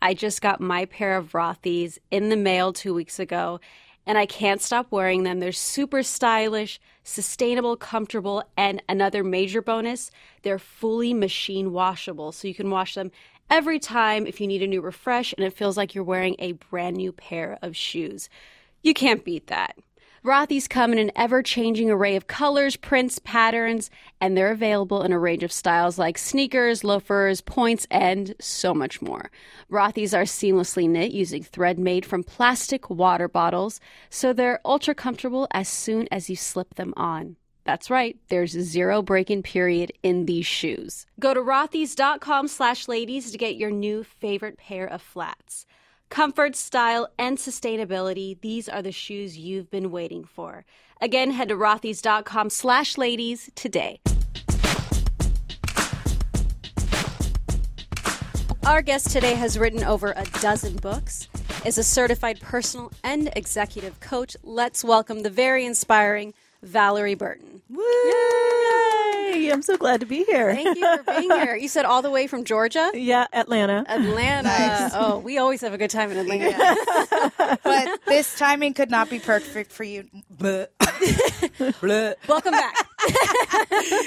Speaker 5: I just got my pair of Rothy's in the mail two weeks ago, and I can't stop wearing them. They're super stylish, sustainable, comfortable, and another major bonus they're fully machine washable. So you can wash them every time if you need a new refresh, and it feels like you're wearing a brand new pair of shoes. You can't beat that. Rothy's come in an ever changing array of colors, prints, patterns, and they're available in a range of styles like sneakers, loafers, points, and so much more. Rothy's are seamlessly knit using thread made from plastic water bottles, so they're ultra comfortable as soon as you slip them on. That's right, there's zero break-in period in these shoes. Go to rothys.com slash ladies to get your new favorite pair of flats. Comfort, style, and sustainability, these are the shoes you've been waiting for. Again, head to rothys.com slash ladies today.
Speaker 2: Our guest today has written over a dozen books, is a certified personal and executive coach. Let's welcome the very inspiring Valerie Burton.
Speaker 6: Yay! I'm so glad to be here.
Speaker 2: Thank you for being here. You said all the way from Georgia?
Speaker 6: *laughs* Yeah, Atlanta.
Speaker 2: Atlanta. Oh, we always have a good time in Atlanta.
Speaker 6: *laughs*
Speaker 3: But
Speaker 2: *laughs*
Speaker 3: this timing could not be perfect for you. Bleh. Bleh.
Speaker 2: Welcome back.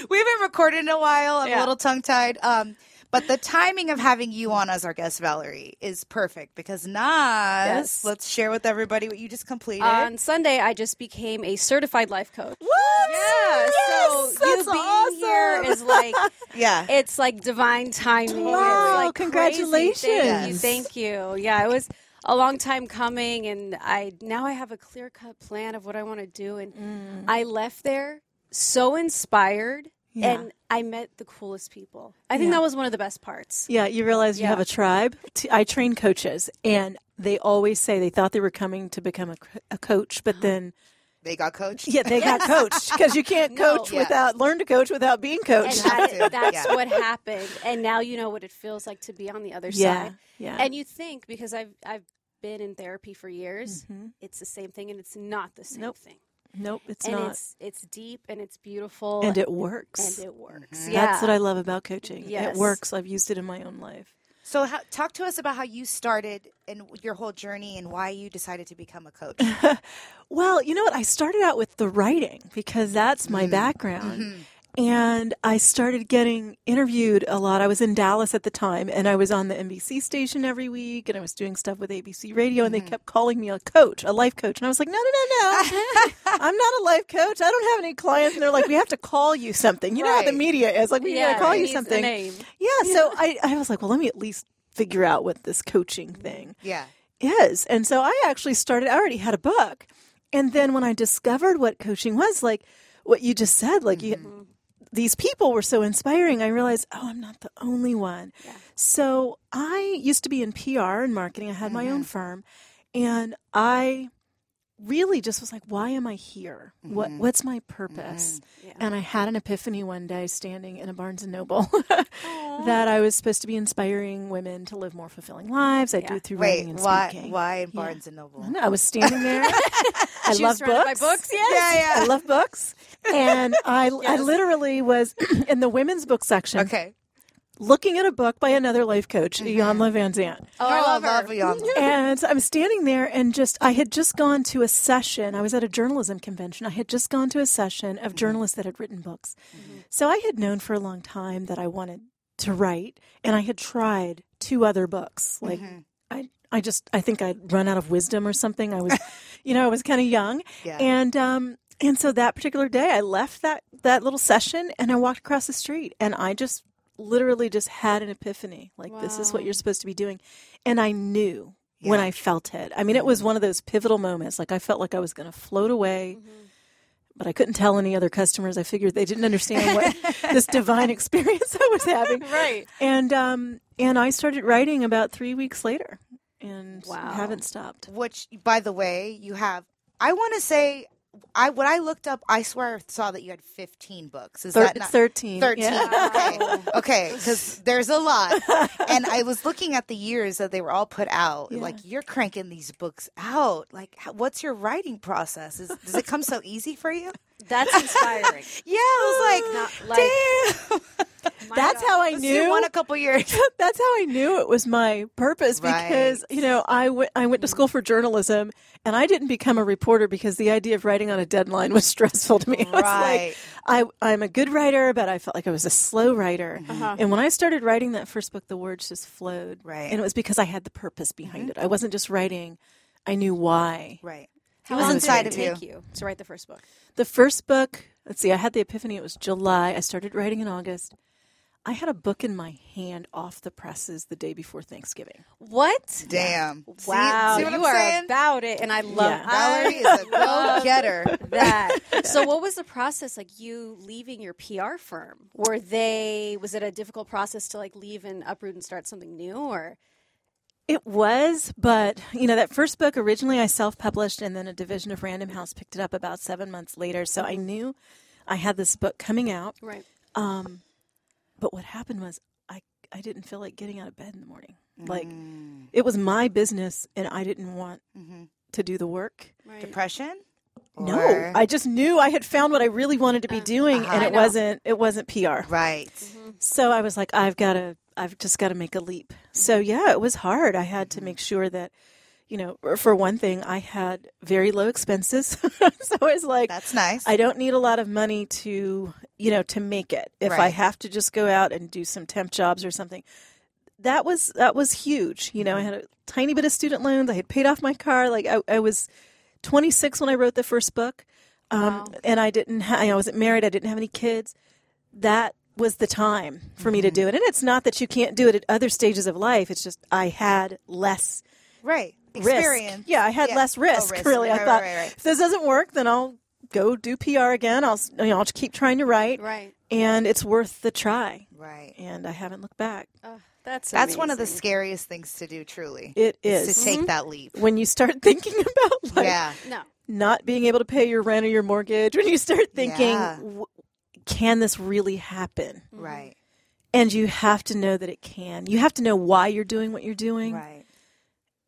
Speaker 3: we haven't recorded in a while. I'm a
Speaker 6: Yeah.
Speaker 3: little tongue tied. Um, but the timing of having you on as our guest, Valerie, is perfect because Nas,
Speaker 2: Yes. Um,
Speaker 3: let's share with everybody what you just completed.
Speaker 2: On Sunday, I just became a certified life coach.
Speaker 3: what?
Speaker 2: Yeah, so
Speaker 3: Oh, Yes,
Speaker 2: you
Speaker 3: that's
Speaker 2: being
Speaker 3: awesome.
Speaker 2: here is like
Speaker 3: yeah.
Speaker 2: it's like divine timing. It's,
Speaker 6: Wow,
Speaker 2: like,
Speaker 6: congratulations.
Speaker 2: crazy. Thank you, thank you. Yeah, it was a long time coming, and I now I have a clear cut plan of what I want to do, and I left there so inspired,
Speaker 6: Yeah.
Speaker 2: and I met the coolest people. I think that was one of the best parts.
Speaker 6: Yeah, you realize you
Speaker 2: Yeah.
Speaker 6: have a tribe. T- I train coaches, and they always say they thought they were coming to become a, co- a coach, but then
Speaker 3: They got coached.
Speaker 6: *gasps* yeah, they *laughs* got coached because you can't
Speaker 2: No.
Speaker 6: coach
Speaker 3: Yeah.
Speaker 6: without learn to coach without being
Speaker 2: And
Speaker 3: *laughs*
Speaker 6: coached.
Speaker 2: that,
Speaker 3: Exactly.
Speaker 2: that's
Speaker 3: Yeah.
Speaker 2: what happened, and now you know what it feels like to be on the other
Speaker 6: yeah,
Speaker 2: side.
Speaker 6: yeah.
Speaker 2: And you think because I've I've been in therapy for years,
Speaker 6: Mhm.
Speaker 2: it's the same thing and it's not the same
Speaker 6: Nope,
Speaker 2: thing.
Speaker 6: Nope, it's
Speaker 2: and
Speaker 6: not,
Speaker 2: it's it's deep and it's beautiful
Speaker 6: and it works.
Speaker 2: and it works.
Speaker 3: Mhm.
Speaker 2: Yeah.
Speaker 6: That's what I love about coaching.
Speaker 2: Yes.
Speaker 6: It works. I've used it in my own life.
Speaker 3: So, how, talk to us about how you started and your whole journey and why you decided to become a
Speaker 6: *laughs*
Speaker 3: coach.
Speaker 6: Well, you know what? I started out with the writing because that's
Speaker 2: Mm-hmm.
Speaker 6: my background. And I started getting interviewed a lot. I was in Dallas at the time and I was on the NBC station every week and I was doing stuff with ABC radio and
Speaker 2: Mm-hmm.
Speaker 6: they kept calling me a coach, a life coach. And I was like, no, no, no, no.
Speaker 2: *laughs*
Speaker 6: I'm not a life coach. I don't have any clients. And they're like, we have to call you something. You know how
Speaker 3: Right.
Speaker 6: the media is like, we
Speaker 2: Yeah,
Speaker 6: gotta call
Speaker 2: it
Speaker 6: you
Speaker 2: needs a
Speaker 6: something.
Speaker 2: name.
Speaker 6: Yeah.
Speaker 2: *laughs*
Speaker 6: So I, I was like, well, let me at least figure out what this coaching thing
Speaker 3: yeah.
Speaker 6: is. And so I actually started, I already had a book And then when I discovered what coaching was, like what you just said, like you, these people were so inspiring, I realized, oh, I'm not the only one. So I used to be in PR and marketing. I had my
Speaker 2: Mm-hmm.
Speaker 6: own firm, and I really just was like, why am I here? What
Speaker 2: Mm-hmm.
Speaker 6: what's my purpose? And I had an epiphany one day standing in a Barnes and Noble *laughs* that I was supposed to be inspiring women to live more fulfilling lives. I do it through
Speaker 3: Wait,
Speaker 6: writing and
Speaker 3: why?
Speaker 6: speaking.
Speaker 3: Why Barnes and Noble?
Speaker 6: I was standing
Speaker 2: *laughs*
Speaker 6: there. I
Speaker 2: She was
Speaker 6: love
Speaker 2: surrounded by
Speaker 6: books.
Speaker 2: books, yes.
Speaker 3: Yeah,
Speaker 6: I
Speaker 3: yeah.
Speaker 6: love books. And I, I literally was *clears throat* in the women's book section
Speaker 3: Okay.
Speaker 6: looking at a book by another life coach, Yonla Van Zant.
Speaker 2: Oh, I love her.
Speaker 3: Yonla.
Speaker 6: *laughs* And so I'm standing there and just, I had just gone to a session. I was at a journalism convention. I had just gone to a session of journalists that had written books. So I had known for a long time that I wanted to write, and I had tried two other books. Like, I, I just, I think I'd run out of wisdom or something. I was, you know, I was kind of young.
Speaker 3: Yeah.
Speaker 6: And, um, and so that particular day, I left that, that little session and I walked across the street and I just literally just had an epiphany. Like, this is what you're supposed to be doing. And I knew when I felt it. I mean, it
Speaker 3: Mm-hmm.
Speaker 6: was one of those pivotal moments. Like, I felt like I was going to float away,
Speaker 3: Mm-hmm.
Speaker 6: but I couldn't tell any other customers. I figured they didn't
Speaker 3: *laughs*
Speaker 6: understand what this divine experience I was having.
Speaker 2: Right.
Speaker 6: And, um, and I started writing about three weeks later and
Speaker 2: Wow.
Speaker 6: haven't stopped.
Speaker 3: Which, by the way, you have. I want to say, I when I looked up, I swear I saw that you had 15 books. Is
Speaker 6: Thir-
Speaker 3: that
Speaker 6: it's
Speaker 3: not
Speaker 6: 13.
Speaker 3: 13?
Speaker 6: Yeah. *laughs*
Speaker 3: Okay, okay, because there's a lot. And I was looking at the years that they were all put out. Like you're cranking these books out. Like, how, what's your writing process? Is, does it come so easy for
Speaker 6: *laughs*
Speaker 3: you?
Speaker 2: That's inspiring.
Speaker 3: *laughs* Yeah, I was like,
Speaker 2: Not like
Speaker 3: damn.
Speaker 6: Oh,
Speaker 3: *laughs*
Speaker 6: That's how I
Speaker 3: So you
Speaker 6: knew.
Speaker 3: won a couple
Speaker 6: *laughs*
Speaker 3: years.
Speaker 6: That's how I knew it was my purpose because you know I went I went to school for journalism and I didn't become a reporter because the idea of writing on a deadline *laughs* was stressful to me. I was
Speaker 3: Right.
Speaker 6: like, I I'm a good writer, but I felt like I was a slow writer.
Speaker 3: Mm-hmm.
Speaker 6: And when I started writing that first book, the words just flowed.
Speaker 3: Right. Mm-hmm.
Speaker 6: and it was because I had the purpose behind it. I wasn't just writing; I knew why.
Speaker 3: Right.
Speaker 2: How
Speaker 3: was
Speaker 2: long
Speaker 3: inside
Speaker 2: did
Speaker 3: of
Speaker 2: it
Speaker 3: you.
Speaker 2: take you to write the first book?
Speaker 6: The first book, let's see, I had the epiphany. It was July. I started writing in August. I had a book in my hand off the presses the day before Thanksgiving.
Speaker 2: What?
Speaker 3: Damn. See-
Speaker 2: Wow,
Speaker 3: See, what
Speaker 2: you
Speaker 3: I'm
Speaker 2: are
Speaker 3: saying?
Speaker 2: about it, and I love
Speaker 6: Yeah.
Speaker 3: Valerie
Speaker 2: I
Speaker 3: is
Speaker 6: *laughs*
Speaker 3: a
Speaker 2: *laughs* love
Speaker 3: go-getter.
Speaker 2: *laughs* that. So, what was the process like? You leaving your PR firm? Were they? Was it a difficult process to like leave and uproot and start something new? Or
Speaker 6: It was, but you know, that first book originally I self published and then a division of Random House picked it up about seven months later. So I knew I had this book coming out.
Speaker 2: right?
Speaker 6: Um, but what happened was I, I didn't feel like getting out of bed in the morning. Like it was my business and I didn't want to do the work.
Speaker 2: Right.
Speaker 3: Depression?
Speaker 6: No,
Speaker 3: Or-
Speaker 6: I just knew I had found what I really wanted to be doing and it wasn't, it wasn't PR.
Speaker 3: Right.
Speaker 6: So I was like, I've got to, I've just got to make a leap. So yeah, it was hard. I had to make sure that, you know, er, for one thing, I had very low expenses. *laughs* so I was like,
Speaker 3: That's nice.
Speaker 6: I don't need a lot of money to, you know, to make it. If I
Speaker 3: Right.
Speaker 6: have to just go out and do some temp jobs or something, that was that was huge.
Speaker 3: Mm-hmm.
Speaker 6: You know, I had a tiny bit of student loans. I had paid off my car. Like I, I was 26 when I wrote the first book, um, and I didn't. Ha- I wasn't married. I didn't have any kids. That was the time for me to
Speaker 3: Mm-hmm.
Speaker 6: do it. And it's not that you can't do it at other stages of life. It's just I had less
Speaker 3: right.
Speaker 6: risk.
Speaker 3: Experience.
Speaker 6: Yeah, I had less
Speaker 3: Oh,
Speaker 6: risk, Really,
Speaker 3: Right,
Speaker 6: I
Speaker 3: right,
Speaker 6: thought
Speaker 3: right, right.
Speaker 6: if this doesn't work, then I'll go do PR again. I'll s- you know I'll just keep trying to write,
Speaker 2: Right.
Speaker 6: and it's worth the try.
Speaker 3: Right.
Speaker 6: And I haven't looked back.
Speaker 2: Oh, that's
Speaker 3: That's one of the
Speaker 2: amazing.
Speaker 3: scariest things to do, truly.
Speaker 6: It
Speaker 3: is
Speaker 6: is.
Speaker 3: to take that leap.
Speaker 6: When you start *laughs* thinking about like
Speaker 3: Yeah.
Speaker 2: no.
Speaker 6: not being able to pay your rent or your mortgage, when you start thinking,
Speaker 3: Yeah.
Speaker 6: w- can this really happen?
Speaker 3: Right.
Speaker 6: And you have to know that it can. You have to know why you're doing what you're doing.
Speaker 3: Right.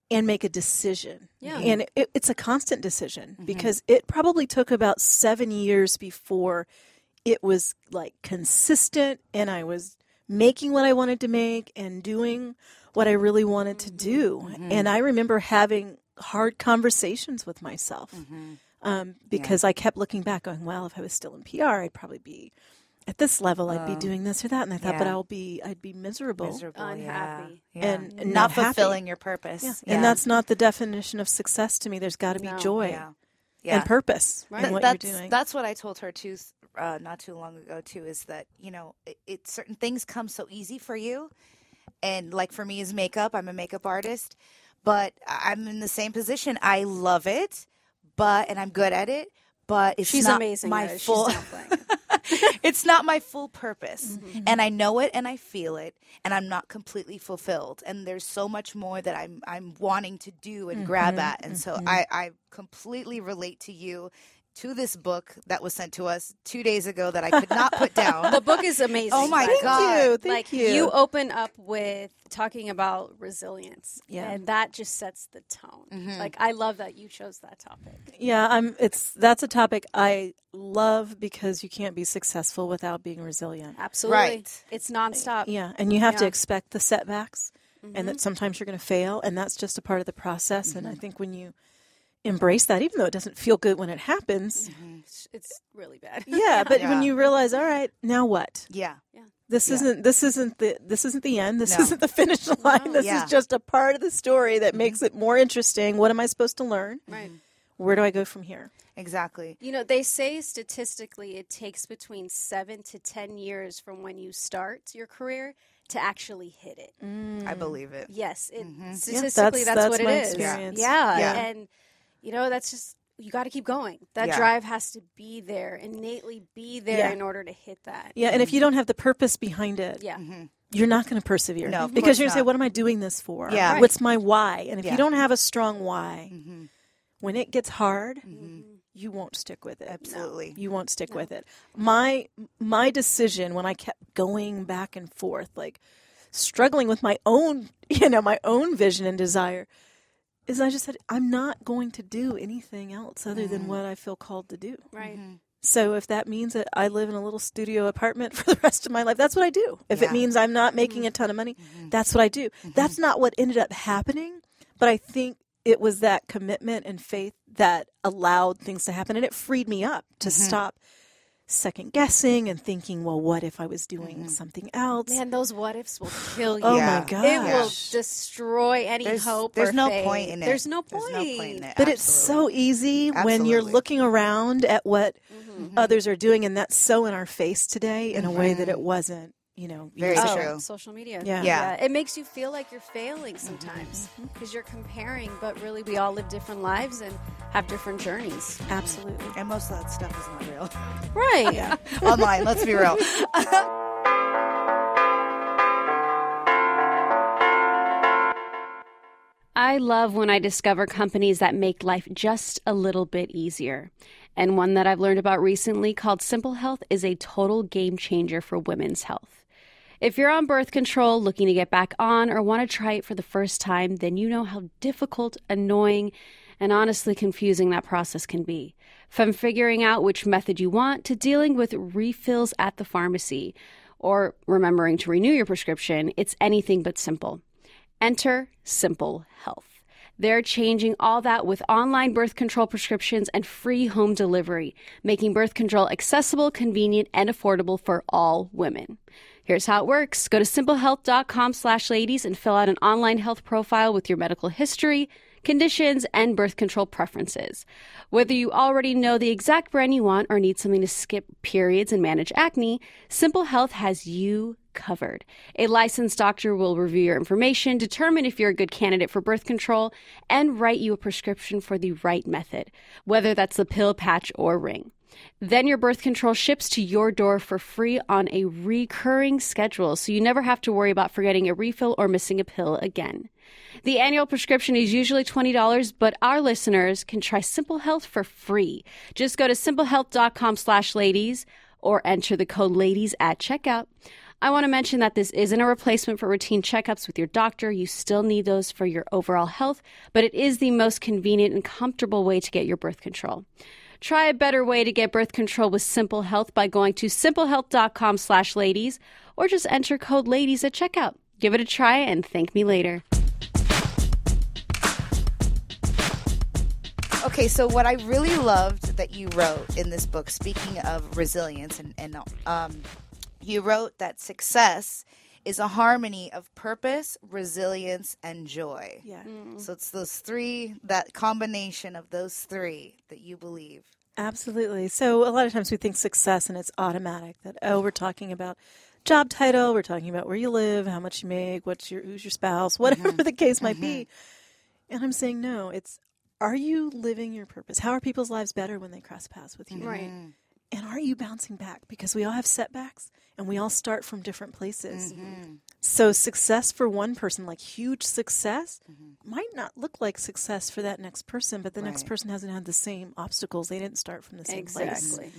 Speaker 6: and make a decision.
Speaker 2: Yeah.
Speaker 6: And it, it's a constant decision because it probably took about seven years before it was like consistent and I was making what I wanted to make and doing what I really wanted to do. And I remember having hard conversations with myself um, because I kept looking back, going, well, if I was still in PR, I'd probably be. At this level, I'd be doing this or that, and I thought, but
Speaker 3: yeah.
Speaker 6: I'll be, I'd be miserable,
Speaker 2: Unhappy.
Speaker 3: Yeah. Mm-hmm.
Speaker 6: And, and
Speaker 3: not
Speaker 6: happy.
Speaker 3: fulfilling your purpose. Yeah. *laughs*
Speaker 6: And that's not the definition of success to me. There's got to be
Speaker 2: No,
Speaker 6: joy
Speaker 3: yeah.
Speaker 6: and purpose
Speaker 3: Th-
Speaker 6: in what
Speaker 3: that's
Speaker 6: you're doing.
Speaker 3: that's what I told her too, s- uh, not too long ago too. Is that you know, it, it certain things come so easy for you, and like for me is makeup. I'm a makeup artist, but I- I'm in the same position. I love it, but and I'm good at it, but it's
Speaker 7: She's
Speaker 3: not
Speaker 7: amazing.
Speaker 3: my
Speaker 7: though. She's
Speaker 3: full
Speaker 7: not playing.
Speaker 3: it's not my full purpose.
Speaker 7: Mm-hmm.
Speaker 3: And I know it and I feel it and I'm not completely fulfilled. And there's so much more that I'm I'm wanting to do
Speaker 7: Mm-hmm.
Speaker 3: and grab at. And so I, I completely relate to you to this book that was sent to us two days ago that I could not
Speaker 7: *laughs*
Speaker 3: put down.
Speaker 7: the book is amazing.
Speaker 3: *laughs* Oh my
Speaker 7: by the way.
Speaker 3: Thank God.
Speaker 6: you, thank
Speaker 7: like
Speaker 6: you.
Speaker 7: open up with talking about resilience,
Speaker 6: Yeah.
Speaker 7: and that just sets the tone.
Speaker 2: Mm-hmm.
Speaker 7: Like I love that you chose that topic.
Speaker 6: Yeah, I'm it's that's a topic I love because you can't be successful without being resilient.
Speaker 7: Absolutely,
Speaker 3: Right.
Speaker 7: it's nonstop.
Speaker 6: Yeah, and you have to
Speaker 7: Yeah.
Speaker 6: expect the setbacks and
Speaker 3: Mm-hmm.
Speaker 6: that sometimes you're going to fail and that's just a part of the process and I think when you embrace that even though it doesn't feel good when it happens.
Speaker 2: Mm-hmm.
Speaker 7: It's- it's really bad.
Speaker 3: *laughs*
Speaker 2: *laughs*
Speaker 6: Yeah, but
Speaker 3: Mm-hmm. Yeah.
Speaker 6: when you realize, all right, now what?
Speaker 3: yeah.
Speaker 6: This
Speaker 3: Yeah.
Speaker 6: isn't this isn't the this isn't the end. This
Speaker 3: No.
Speaker 6: isn't the *laughs* finish line. This
Speaker 3: Yeah. Mm-hmm.
Speaker 6: is just a part of the story that makes it more interesting. What am I supposed to learn?
Speaker 7: Right.
Speaker 6: Where do I go from here?
Speaker 3: Exactly.
Speaker 7: You know, they say statistically it takes between seven to 10 years from when you start your career to actually hit it.
Speaker 3: I
Speaker 7: Mm.
Speaker 3: believe it.
Speaker 7: Yes, it,
Speaker 6: Mm. that's-
Speaker 7: statistically, that's,
Speaker 6: that's
Speaker 7: what
Speaker 6: my
Speaker 7: it is.
Speaker 6: experience.
Speaker 7: Yeah.
Speaker 3: Mm-hmm. Yeah.
Speaker 7: And, you know, that's just, you got to keep going. That
Speaker 3: Yeah.
Speaker 7: drive has to be there, innately be there
Speaker 6: Yeah.
Speaker 7: in order to hit that.
Speaker 6: Yeah, and if
Speaker 3: Mm-hmm.
Speaker 6: you don't have the purpose behind it,
Speaker 7: Yeah.
Speaker 6: you're not going to persevere.
Speaker 3: No, of
Speaker 6: because
Speaker 3: course
Speaker 6: you're going to say,
Speaker 3: not.
Speaker 6: "What am I doing this for?
Speaker 3: Yeah. Right.
Speaker 6: What's my why?" And if
Speaker 3: Yeah. Mm-hmm.
Speaker 6: you don't have a strong why, when it gets hard, you won't stick with it.
Speaker 3: Absolutely.
Speaker 6: You won't stick with it. My my decision when I kept going back and forth, like struggling with my own, *laughs* you know, my own vision and desire, is I just said, "I'm not going to do anything else other
Speaker 3: Mm.
Speaker 6: than what I feel called to do."
Speaker 7: Right.
Speaker 3: mm-hmm.
Speaker 6: So if that means that I live in a little studio apartment *laughs* for the rest of my life, that's what I do. If
Speaker 3: Yeah. Mm-hmm.
Speaker 6: it means I'm not making a ton of money, that's what I do. That's not what ended up happening, but I think it was that commitment and faith that allowed things to happen and it freed me up to
Speaker 3: Mm-hmm.
Speaker 6: stop second guessing and thinking, well, what if I was doing
Speaker 3: Mm-hmm.
Speaker 6: something else?
Speaker 7: Man, those what ifs will kill you.
Speaker 6: oh
Speaker 3: Yeah.
Speaker 6: my
Speaker 3: It
Speaker 6: god.
Speaker 7: It will destroy any
Speaker 3: There's,
Speaker 7: hope.
Speaker 3: there's
Speaker 7: or
Speaker 3: no
Speaker 7: faith.
Speaker 3: point in it.
Speaker 7: There's no point.
Speaker 3: There's no point in it.
Speaker 6: But it's so
Speaker 3: Absolutely.
Speaker 6: easy when you're
Speaker 3: Absolutely. Mm-hmm.
Speaker 6: looking around at what others are doing, and that's so in our face today in a way that it wasn't, you know,
Speaker 3: Mm-hmm. Very
Speaker 6: years
Speaker 7: oh,
Speaker 6: ago.
Speaker 3: true.
Speaker 7: social media.
Speaker 6: Yeah.
Speaker 3: Yeah. Mm-hmm.
Speaker 7: It makes you feel like you're failing sometimes because you're comparing, but really we all live different lives and have different journeys.
Speaker 6: Absolutely.
Speaker 3: and most of that stuff is not real. *laughs*
Speaker 7: Right.
Speaker 3: Online, let's be real.
Speaker 2: I love when I discover companies that make life just a little bit easier. And one that I've learned about recently called Simple Health is a total game changer for women's health. If you're on birth control, looking to get back on, or want to try it for the first time, then you know how difficult, annoying, and honestly confusing that process can be. From figuring out which method you want to dealing with refills at the pharmacy or remembering to renew your prescription, it's anything but simple. Enter Simple Health. They're changing all that with online birth control prescriptions and free home delivery, making birth control accessible, convenient, and affordable for all women. Here's how it works. Go to simplehealth.com slash ladies and fill out an online health profile with your medical history, conditions, and birth control preferences. Whether you already know the exact brand you want or need something to skip periods and manage acne, Simple Health has you covered. A licensed doctor will review your information, determine if you're a good candidate for birth control, and write you a prescription for the right method, whether that's the pill, patch, or ring. Then your birth control ships to your door for free on a recurring schedule, so you never have to worry about forgetting a refill or missing a pill again. The annual prescription is usually $20, but our listeners can try Simple Health for free. Just go to simplehealth.com slash ladies or enter the code ladies at checkout. I want to mention that this isn't a replacement for routine checkups with your doctor. You still need those for your overall health, but it is the most convenient and comfortable way to get your birth control. Try a better way to get birth control with Simple Health by going to simplehealth.com slash ladies or just enter code ladies at checkout. Give it a try and thank me later.
Speaker 3: Okay, so what I really loved that you wrote in this book, speaking of resilience, and, and um, you wrote that success is a harmony of purpose, resilience, and joy.
Speaker 6: Yeah.
Speaker 3: So it's those three, that combination of those three that you believe.
Speaker 6: Absolutely. So a lot of times we think success and it's automatic that oh we're talking about job title, we're talking about where you live, how *laughs* much you make, what's your who's your spouse, whatever the case might be. And I'm saying no, it's are you living your purpose? How are people's lives better when they cross paths with you?
Speaker 2: Right.
Speaker 6: And are you bouncing back? Because we all have setbacks and we all start from different places.
Speaker 3: Mm-hmm.
Speaker 6: So, success for one person, like huge success, might not look like success for that next person, but the next
Speaker 3: Mm-hmm. Right.
Speaker 6: person hasn't had the same obstacles. They didn't start from the same place.
Speaker 2: Exactly.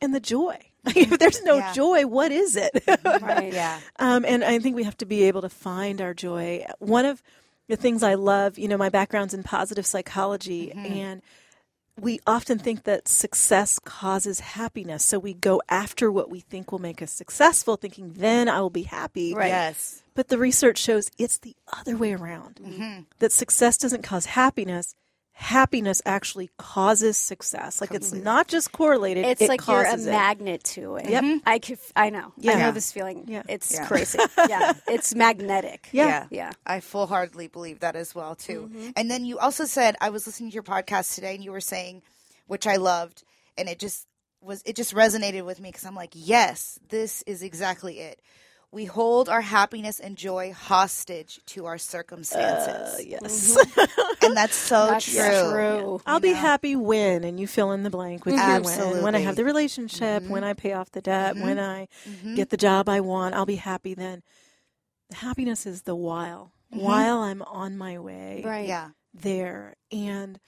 Speaker 6: And the joy. *laughs* if there's no
Speaker 3: Yeah. Mm-hmm.
Speaker 6: joy, what is it?
Speaker 2: Right.
Speaker 3: Yeah.
Speaker 6: Um, and I think we have to be able to find our joy. One of the things I love, you know, my background's in positive psychology,
Speaker 2: Mm-hmm.
Speaker 6: and we often think that success causes happiness. So we go after what we think will make us successful, thinking then I will be happy.
Speaker 2: Right.
Speaker 3: Yes.
Speaker 6: But the research shows it's the other way around
Speaker 2: Mm-hmm.
Speaker 6: that success doesn't cause happiness. Happiness actually causes success. Like it's not just correlated.
Speaker 2: It's
Speaker 6: it
Speaker 2: like you're a
Speaker 6: causes it.
Speaker 2: magnet to it. Mm-hmm.
Speaker 6: Yep.
Speaker 2: I could, f- I know. I
Speaker 6: Yeah.
Speaker 2: know this feeling.
Speaker 6: Yeah.
Speaker 2: It's
Speaker 3: Yeah.
Speaker 2: crazy. Yeah. It's magnetic.
Speaker 3: Yeah.
Speaker 2: Yeah. Mm-hmm.
Speaker 3: I full heartedly believe that as well too. And then you also said I was listening to your podcast today and you were saying which I loved and it just was it just resonated with me cuz I'm like, yes, this is exactly it. We hold our happiness and joy hostage to our circumstances.
Speaker 6: Uh,
Speaker 2: Mm-hmm.
Speaker 6: Yes.
Speaker 3: And that's so
Speaker 2: Uh, That's
Speaker 3: true.
Speaker 2: true.
Speaker 6: I'll be happy when, and you fill in the blank with your when. When I
Speaker 3: Absolutely. Mm-hmm.
Speaker 6: have the relationship, when I pay off the debt, when I get the job I want, I'll be happy then. The happiness is the while,
Speaker 3: Mm-hmm.
Speaker 6: while I'm on my way
Speaker 2: Right.
Speaker 3: Yeah.
Speaker 6: there. And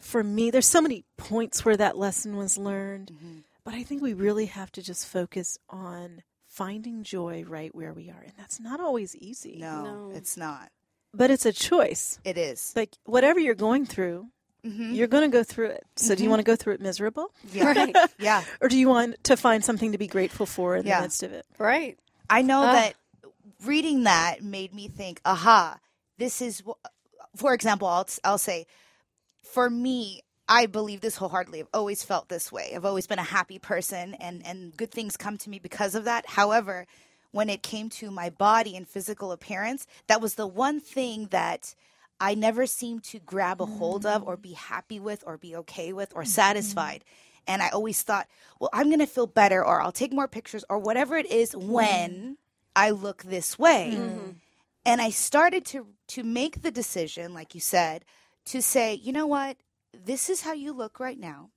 Speaker 6: for me, there's so many points where that lesson was learned,
Speaker 3: Mm-hmm.
Speaker 6: but I think we really have to just focus on finding joy right where we are. And that's not always easy,
Speaker 3: No,
Speaker 2: No.
Speaker 3: it's not.
Speaker 6: but it's a choice.
Speaker 2: *laughs*
Speaker 3: It is.
Speaker 6: Like, whatever you're going through,
Speaker 3: Mhm.
Speaker 6: you're going to go through it. So, do you want to go through it miserable?
Speaker 3: Yeah.
Speaker 2: Right.
Speaker 3: Yeah.
Speaker 6: Or do you want to find something to be grateful for in
Speaker 3: Yeah.
Speaker 6: the midst of it?
Speaker 2: Right.
Speaker 3: I know
Speaker 2: Ugh.
Speaker 3: that reading that made me think, aha, this is, wh- for example, I'll, I'll say, for me, I believe this wholeheartedly. I've always felt this way. I've always been a happy person, and, and good things come to me because of that. However, when it came to my body and physical appearance, that was the one thing that I never seemed to grab a hold of, or be happy with, or be okay with, or satisfied. And I always thought, well, I'm going to feel better, or I'll take more pictures, or whatever it is when I look this way and i started to to make the decision like you said to say you know what this is how you look right now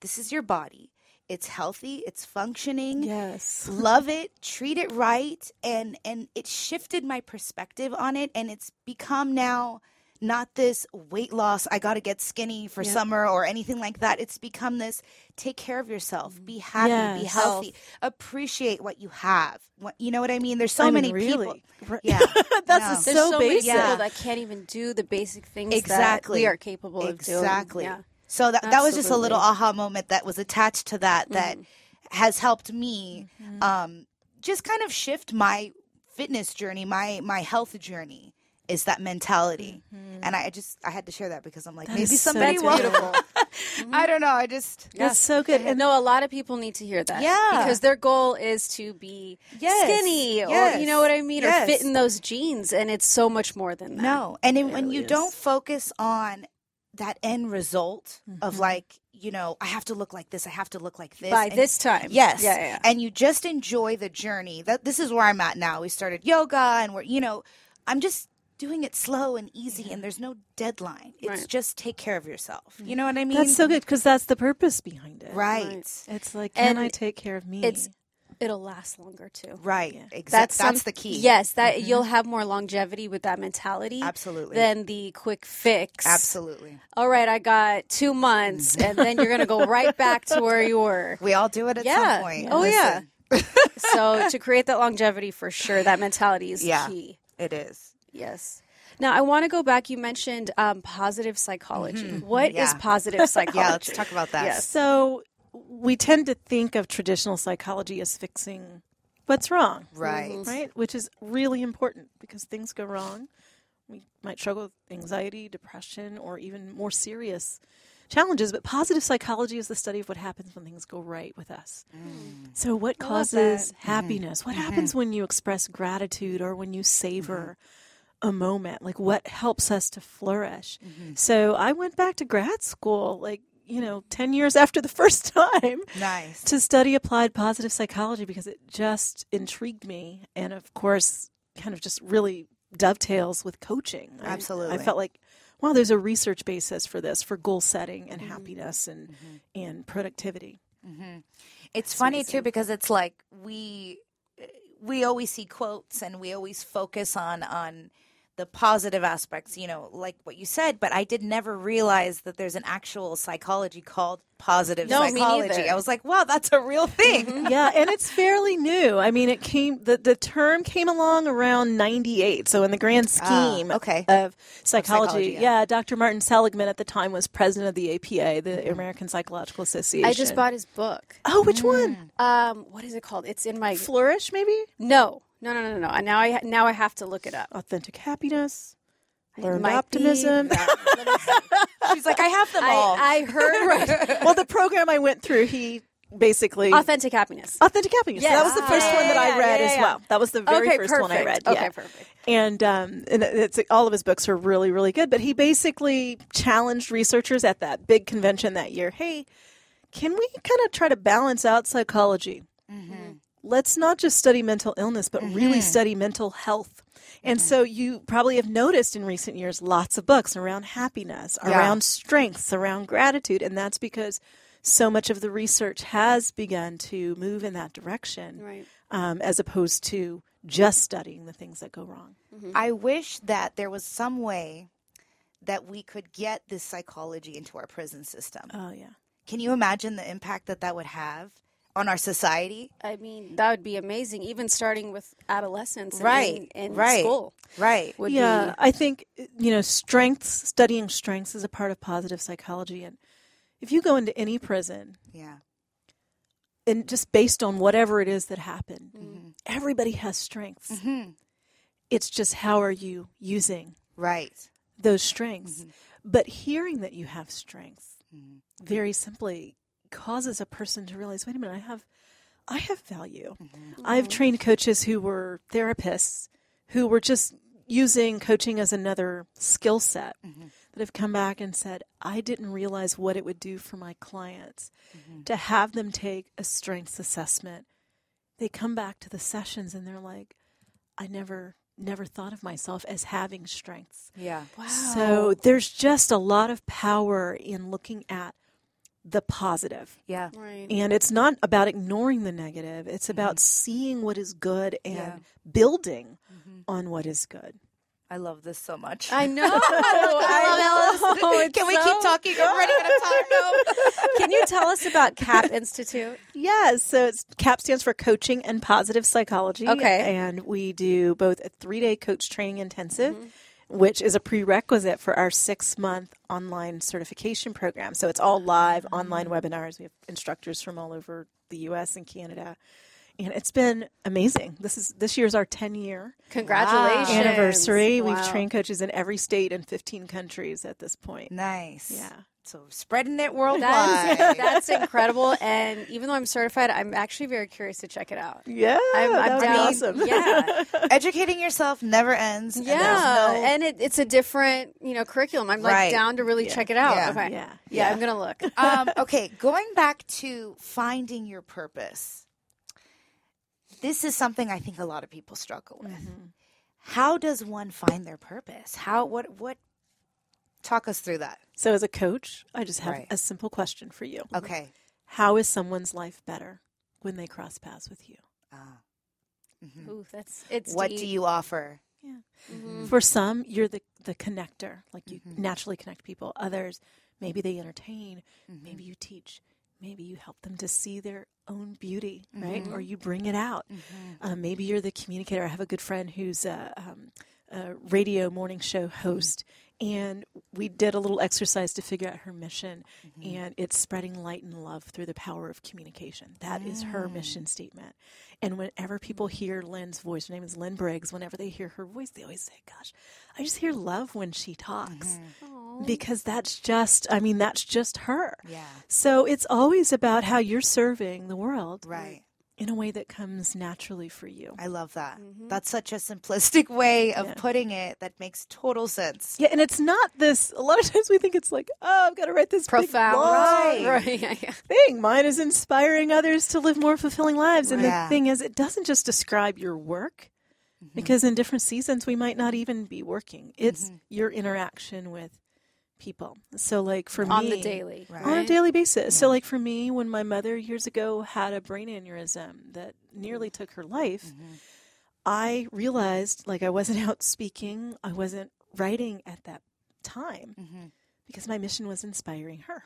Speaker 3: this is your body it's healthy it's functioning
Speaker 6: Yes.
Speaker 3: love it treat it right and and it shifted my perspective on it and it's become now not this weight loss i got to get skinny for summer or anything like that it's become this take care of yourself be happy be
Speaker 6: Yes.
Speaker 3: healthy appreciate what you have what, you know what i mean there's so
Speaker 6: I mean,
Speaker 3: many people
Speaker 6: really. Right.
Speaker 3: yeah
Speaker 6: *laughs* That's
Speaker 3: No.
Speaker 6: a
Speaker 2: There's
Speaker 6: So
Speaker 2: so, many
Speaker 6: basic.
Speaker 2: people
Speaker 3: Yeah.
Speaker 2: that can't even do the basic things
Speaker 3: Exactly.
Speaker 2: that we are capable of doing.
Speaker 3: exactly.
Speaker 2: Yeah.
Speaker 3: So that that was just a little
Speaker 2: Absolutely. Mm-hmm.
Speaker 3: aha moment that was attached to that that has helped me um, just kind of shift my fitness journey, my my health journey is that mentality.
Speaker 2: Mm-hmm.
Speaker 3: And I I just I had to share that because I'm like
Speaker 6: That
Speaker 3: maybe
Speaker 6: is so
Speaker 3: somebody
Speaker 6: good.
Speaker 3: will.
Speaker 2: Beautiful.
Speaker 3: *laughs* I don't know. I just
Speaker 6: That's so good.
Speaker 2: And
Speaker 6: And
Speaker 2: no, a lot of people need to hear that.
Speaker 3: Yeah.
Speaker 2: Because their goal is to be
Speaker 3: Yes.
Speaker 2: skinny or,
Speaker 3: Yes.
Speaker 2: you know what I mean?
Speaker 3: Yes.
Speaker 2: Or fit in those jeans. And it's so much more than that.
Speaker 3: No, and then when you don't focus on that end result of like you know I have to look like this, I have to look like this
Speaker 2: Mm-hmm. By
Speaker 3: and-
Speaker 2: this time.
Speaker 3: Yes,
Speaker 2: Yeah. yeah, yeah.
Speaker 3: and you just enjoy the journey. That this is where I'm at now. We started yoga, and we're you know I'm just doing it slow and easy, and there's no deadline. It's
Speaker 2: Right. Mm-hmm.
Speaker 3: just take care of yourself. You know what I mean?
Speaker 6: that's so good because that's the purpose behind it.
Speaker 3: Right, right,
Speaker 2: Right.
Speaker 6: It's like, can
Speaker 2: And
Speaker 6: I take care of me?
Speaker 2: It's it'll last longer too.
Speaker 3: Exact- That's
Speaker 2: That's some-
Speaker 3: the key. Mm-hmm.
Speaker 2: Yes, that you'll have more longevity with that mentality.
Speaker 3: Absolutely.
Speaker 2: Than the quick fix.
Speaker 3: absolutely.
Speaker 2: All right, I got two months,
Speaker 3: Mm.
Speaker 2: and then you're gonna go
Speaker 3: *laughs*
Speaker 2: right back to where you were.
Speaker 3: We all do it at
Speaker 2: Yeah.
Speaker 3: some point.
Speaker 2: Oh, yeah.
Speaker 3: Listen, *laughs*
Speaker 2: So to create that longevity, for sure, that mentality is
Speaker 3: Yeah.
Speaker 2: key.
Speaker 3: it is.
Speaker 2: Yes. Now I want to go back. You mentioned um, positive psychology. What is
Speaker 3: Mm-hmm. *laughs* Yeah.
Speaker 2: positive psychology?
Speaker 3: Yeah, let's talk about that.
Speaker 2: Yes.
Speaker 6: so we tend to think of traditional psychology as fixing what's wrong,
Speaker 3: Right.
Speaker 2: Mm-hmm.
Speaker 6: right? Which is really important because things go wrong. We might struggle with anxiety, depression, or even more serious challenges. But positive psychology is the study of what happens when things go right with us. So, what causes happiness? What happens when you express gratitude or when you savor? A moment, like what helps us to flourish. So I went back to grad school, like, you know, 10 years after the *laughs* first time
Speaker 3: Nice.
Speaker 6: to study applied positive psychology because it just intrigued me and of course kind of just really dovetails with coaching I-
Speaker 3: Absolutely.
Speaker 6: i felt like wow, there's a research basis for this for goal setting and
Speaker 3: Mm-hmm.
Speaker 6: happiness and and productivity.
Speaker 3: It's funny too because it's like we we always see quotes and we always focus on on the positive aspects, you know, like what you said, but I did never realize that there's an actual psychology called positive
Speaker 2: No, me
Speaker 3: psychology.
Speaker 2: neither.
Speaker 3: I was like, wow, that's a real thing.
Speaker 6: yeah, and it's fairly new. I mean, it came the, the term came along around 98. So in the grand
Speaker 3: Ah,
Speaker 6: scheme
Speaker 3: okay.
Speaker 6: of psychology,
Speaker 3: psychology,
Speaker 6: yeah.
Speaker 3: yeah.
Speaker 6: Dr. Martin Seligman at the time was president of the APA, the
Speaker 3: Mm-hmm.
Speaker 6: American Psychological Association.
Speaker 2: I just bought his book.
Speaker 6: Oh, which one?
Speaker 2: Um, what is it called? It's in
Speaker 3: Mm.
Speaker 2: my
Speaker 6: Flourish maybe?
Speaker 2: no, no, no, no, no. Now I now I have to look it up.
Speaker 6: Authentic happiness. Learned
Speaker 2: might be *laughs*
Speaker 6: optimism.
Speaker 3: *laughs* She's like, Mm-hmm. I have them
Speaker 2: I,
Speaker 3: all.
Speaker 2: I heard
Speaker 1: *laughs*
Speaker 6: well, the program I went through, he basically
Speaker 2: authentic happiness.
Speaker 6: Authentic Happiness. So
Speaker 2: Yes.
Speaker 6: that was the first
Speaker 2: Ah,
Speaker 6: one that
Speaker 2: yeah,
Speaker 6: I read
Speaker 2: yeah,
Speaker 6: as
Speaker 2: yeah.
Speaker 6: well. That was the very
Speaker 2: okay,
Speaker 6: first
Speaker 2: perfect.
Speaker 6: one I read.
Speaker 2: Okay,
Speaker 6: yeah.
Speaker 2: perfect.
Speaker 6: And um, and it's all of his books are really really good. But he basically challenged researchers at that big convention that year. Hey, can we kind of try to balance out psychology?
Speaker 2: Mm-hmm.
Speaker 6: Let's not just study mental illness, but really study mental health. And
Speaker 2: Mm-hmm.
Speaker 6: so you probably have noticed in recent years lots of books around happiness, around strengths, around gratitude, and that's because so much of the research has begun to move in that direction
Speaker 2: Right.
Speaker 6: um, as opposed to just studying the things that go wrong.
Speaker 3: I wish that there was some way that we could get this psychology into our prison system.
Speaker 6: Oh yeah,
Speaker 3: Can you imagine the impact that that would have on our society?
Speaker 2: I mean, that would be amazing. Even starting with adolescence, and
Speaker 3: Right,
Speaker 2: in, in
Speaker 3: right.
Speaker 2: school
Speaker 3: Right.
Speaker 2: would
Speaker 6: yeah.
Speaker 2: be
Speaker 6: I think you know strengths. Studying strengths is a part of positive psychology, and if you go into any prison
Speaker 3: Yeah.
Speaker 6: and just based on whatever it is that happened, everybody has strengths. It's just how are you using
Speaker 3: Right.
Speaker 6: those strengths? But hearing that you have strengths, very simply, causes a person to realize, wait a minute, I have I have value. I've trained coaches who were therapists who were just using coaching as another skill set that have come back and said, I didn't realize what it would do for my clients to have them take a strengths assessment. They come back to the sessions and they're like, I never never thought of myself as having strengths.
Speaker 3: Yeah.
Speaker 6: So there's just a lot of power in looking at the positive.
Speaker 3: Yeah.
Speaker 2: right.
Speaker 6: And it's not about ignoring the negative, it's about seeing what is good and building on what is good.
Speaker 3: I love this so much.
Speaker 2: I
Speaker 3: *laughs*
Speaker 2: know. I know. It's
Speaker 3: Can we
Speaker 2: so-
Speaker 3: keep talking? I'm running out of time. No.
Speaker 2: Can you tell us about CAP
Speaker 3: *laughs*
Speaker 2: Institute?
Speaker 6: Yes, so it's CAP stands for Coaching and Positive Psychology.
Speaker 2: Okay.
Speaker 6: And we do both a three day coach training intensive,
Speaker 2: Mm-hmm.
Speaker 6: which is a prerequisite for our six month online certification program. So it's all live online webinars. We have instructors from all over the US and Canada. And it's been amazing. This is this year's our ten year
Speaker 2: Congratulations.
Speaker 6: anniversary. We've
Speaker 2: Wow.
Speaker 6: trained coaches in every state and fifteen countries at this point.
Speaker 3: Nice.
Speaker 6: Yeah.
Speaker 3: So spreading it worldwide.
Speaker 2: That's, that's incredible. And even though I'm certified, I'm actually very curious to check it out.
Speaker 6: Yeah.
Speaker 2: I'm, I'm
Speaker 6: that would be
Speaker 2: down.
Speaker 6: awesome.
Speaker 2: Yeah.
Speaker 3: *laughs* Educating yourself never ends. and there's
Speaker 2: Yeah.
Speaker 3: no-
Speaker 2: And it, it's a different, you know, curriculum. I'm like
Speaker 3: Right.
Speaker 2: down to really check it out.
Speaker 3: Yeah.
Speaker 2: Okay.
Speaker 6: Yeah.
Speaker 2: Yeah, I'm going to
Speaker 3: *laughs*
Speaker 2: look.
Speaker 3: um, okay, going back to finding your purpose. This is something I think a lot of people struggle with.
Speaker 2: Mm-hmm.
Speaker 3: How does one find their purpose? How what what talk us through that.
Speaker 6: So as a coach, I just have
Speaker 3: Right.
Speaker 6: a simple question for you.
Speaker 3: Okay.
Speaker 6: How is someone's life better when they cross paths with you?
Speaker 2: Ooh, that's it's
Speaker 3: What
Speaker 2: deep.
Speaker 3: do you offer?
Speaker 6: For some, you're the, the connector, like you naturally connect people. Others, maybe they entertain, maybe you teach, maybe you help them to see their own beauty, right? Or you bring it out. Uh, maybe you're the communicator. I have a good friend who's a, um, a radio morning show host, and we did a little exercise to figure out her mission,
Speaker 3: Mm-hmm.
Speaker 6: and it's spreading light and love through the power of communication. That is her
Speaker 3: Mm.
Speaker 6: mission statement. And whenever people hear Lynn's voice, her name is Lynn Briggs, whenever they hear her voice, they always say, Gosh, I just hear love when she talks.
Speaker 3: Mm-hmm.
Speaker 6: Because that's just, I mean, that's just her.
Speaker 3: Yeah.
Speaker 6: So it's always about how you're serving the world
Speaker 3: Right.
Speaker 6: in a way that comes naturally for you.
Speaker 3: I love that.
Speaker 6: Mm-hmm.
Speaker 3: That's such a simplistic *laughs* way of putting it that makes total sense.
Speaker 6: Yeah, and it's not this. A lot of times we think it's like, oh, I've got to write this big,
Speaker 2: profound.
Speaker 6: long
Speaker 2: *laughs*
Speaker 3: Right.
Speaker 2: Right. Yeah, yeah.
Speaker 6: thing. Mine is inspiring others to live more fulfilling lives. And
Speaker 3: Yeah.
Speaker 6: the thing is, it doesn't just describe your work,
Speaker 2: Mm-hmm. Mm-hmm.
Speaker 6: because in different seasons we might not even be working. It's your interaction with people. So like for me
Speaker 2: on the daily.
Speaker 3: Right.
Speaker 6: on a
Speaker 2: right? Mm-hmm.
Speaker 6: daily basis. So, like for me, when my mother years ago had a brain aneurysm that nearly took her life,
Speaker 2: Mm-hmm.
Speaker 6: I realized like I wasn't *laughs* out speaking, I wasn't writing at that time
Speaker 3: Mm-hmm.
Speaker 6: because my mission was inspiring her.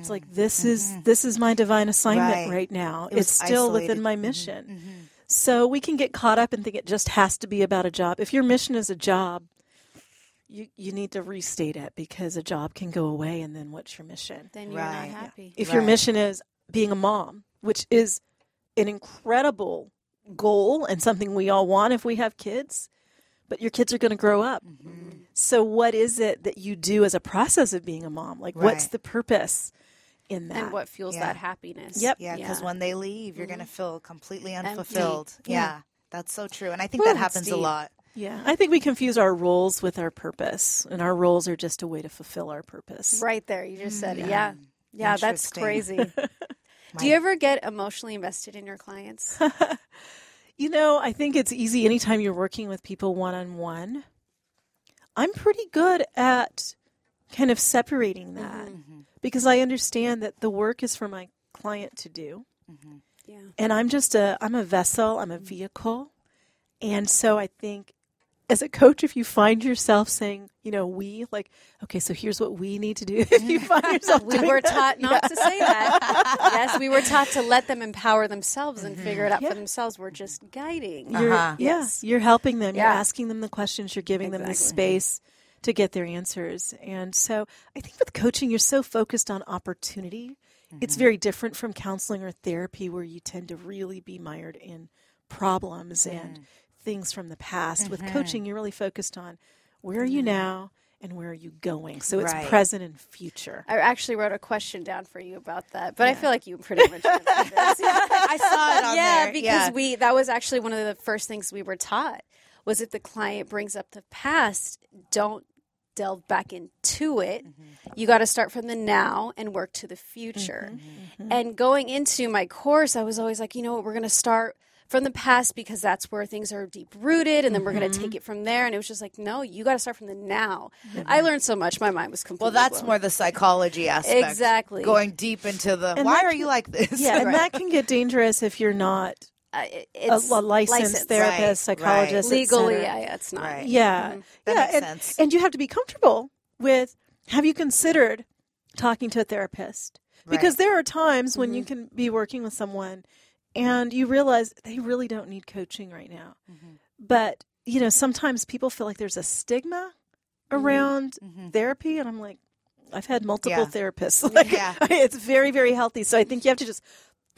Speaker 6: It's like this is this is my divine assignment
Speaker 3: Mm. Mm-hmm. Right.
Speaker 6: right, now.
Speaker 3: was
Speaker 6: It's still
Speaker 3: isolated. Mm-hmm.
Speaker 6: within my mission. So we can get caught up and think it just has to be about a job. If your mission is a job, you you need to restate it because a job can go away and then what's your mission?
Speaker 2: Then you're
Speaker 3: Right.
Speaker 2: not happy.
Speaker 6: If your
Speaker 3: Right.
Speaker 6: mission is being a mom, which is an incredible goal and something we all want if we have kids, but your kids are going to grow up. So, what is it that you do as a process of being a mom? Like, what's
Speaker 3: Right.
Speaker 6: the purpose in that?
Speaker 2: And what fuels
Speaker 3: Yeah.
Speaker 2: that happiness?
Speaker 6: Yep. Mm-hmm.
Speaker 3: Yeah, because
Speaker 2: Yeah.
Speaker 3: when they leave, you're going to feel completely
Speaker 2: Empty.
Speaker 3: unfulfilled. Yeah. that's so true. And I think
Speaker 6: Woo,
Speaker 3: that
Speaker 6: that's
Speaker 3: happens a
Speaker 6: deep.
Speaker 3: lot.
Speaker 6: Yeah, I think we confuse our roles with our purpose, and our roles are just a way to fulfill our purpose.
Speaker 2: Right there, you just said it. Yeah. Yeah, that's
Speaker 3: Interesting. *laughs*
Speaker 2: crazy. Do you ever get emotionally invested in your
Speaker 3: *laughs*
Speaker 2: clients?
Speaker 6: You know, I think it's easy anytime you're working with people one on one. I'm pretty good at kind of separating that because I understand that the work is for my client to do.
Speaker 2: Yeah.
Speaker 6: And I'm just a I'm a vessel, I'm a vehicle. And so I think as a coach if you find yourself saying, you know, we like okay, so here's what we need to do. *laughs* If you find yourself
Speaker 2: We
Speaker 6: doing
Speaker 2: were
Speaker 6: that,
Speaker 2: taught not to say that. yes, we were taught to let them empower themselves and figure
Speaker 3: Mm-hmm.
Speaker 2: it out for themselves. We're just guiding.
Speaker 6: You're,
Speaker 3: Uh-huh.
Speaker 6: Yeah,
Speaker 2: Yes.
Speaker 6: you're helping them.
Speaker 2: Yeah.
Speaker 6: You're asking them the questions. You're giving them the
Speaker 2: Exactly.
Speaker 6: space to get their answers. And so I think with coaching, you're so focused on opportunity. It's very different from counseling or therapy, where you tend to really be mired in problems and things from the past. With coaching, you're really focused on where are you now and where are you going. So it's
Speaker 3: Right.
Speaker 6: present and future.
Speaker 2: *laughs* I actually wrote a question down for you about that, but I feel like you pretty much answered this.
Speaker 3: *laughs* I saw it on
Speaker 2: yeah,
Speaker 3: there.
Speaker 2: because
Speaker 3: yeah.
Speaker 2: we that was actually one of the first things we were taught was if the client brings up the past, don't delve back into it.
Speaker 3: Mm-hmm.
Speaker 2: You got to start from the now and work to the future.
Speaker 3: Mm-hmm.
Speaker 2: And going into my course, I was always like, you know what, we're going to start from the past because that's where things are deep rooted and then we're
Speaker 3: Mm-hmm.
Speaker 2: going to take it from there and it was just like no you got to start from the now i learned so much my mind was
Speaker 3: Well,
Speaker 2: completely
Speaker 3: that's
Speaker 2: blown.
Speaker 3: more the psychology aspect.
Speaker 2: Exactly.
Speaker 3: Going deep into the
Speaker 6: And
Speaker 3: why
Speaker 6: that
Speaker 3: are
Speaker 6: can-
Speaker 3: you like this?
Speaker 6: Yeah,
Speaker 3: *laughs*
Speaker 6: and that can get dangerous if you're not
Speaker 2: uh, it-
Speaker 6: a,
Speaker 2: it's
Speaker 6: a licensed therapist,
Speaker 3: Right, right.
Speaker 6: psychologist, et
Speaker 2: legally
Speaker 6: cetera.
Speaker 2: yeah, Mm-hmm. yeah, it's not
Speaker 3: Right.
Speaker 6: Yeah.
Speaker 3: That
Speaker 6: yeah.
Speaker 3: makes
Speaker 6: and,
Speaker 3: sense.
Speaker 6: and you have to be comfortable with have you considered talking to a therapist? Because
Speaker 3: Right. Mm-hmm.
Speaker 6: there are times when you can be working with someone and you realize they really don't need coaching right now.
Speaker 3: Mm-hmm.
Speaker 6: But, you know, sometimes people feel like there's a stigma around therapy. And I'm like, I've had multiple
Speaker 3: Mm-hmm. Yeah.
Speaker 6: therapists. *laughs* Like,
Speaker 3: Yeah.
Speaker 6: It's very, very healthy. So I think you have to just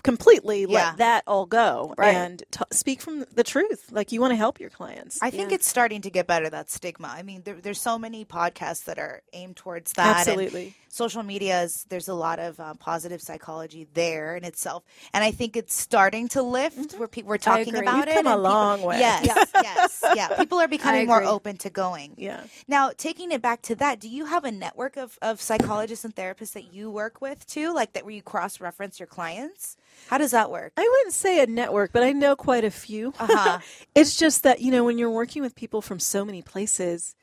Speaker 6: completely
Speaker 3: Yeah.
Speaker 6: let that all go
Speaker 2: Right.
Speaker 6: and t- speak from the truth. Like, you want to help your clients.
Speaker 3: I think it's starting to get better that stigma. I mean, there, there's so many podcasts that are aimed towards that. and
Speaker 6: Absolutely.
Speaker 3: social media is there's a lot of uh, positive psychology there in itself, and I think it's starting to lift where people we're talking
Speaker 2: agree.
Speaker 3: about
Speaker 6: Mm-hmm. You've
Speaker 3: it.
Speaker 6: come a
Speaker 3: and people-
Speaker 6: long way.
Speaker 3: Yes, *laughs* yes, yeah. People are becoming more
Speaker 2: agree.
Speaker 3: open to going.
Speaker 6: Yeah.
Speaker 3: Now, taking it back to that, do you have a network of, of psychologists and therapists that you work with too, like that where you cross reference your clients? How does that work? Uh-huh.
Speaker 6: I wouldn't say a network, but I know quite a few.
Speaker 2: Ah.
Speaker 6: it's just that, you know, when you're working with people from so many places,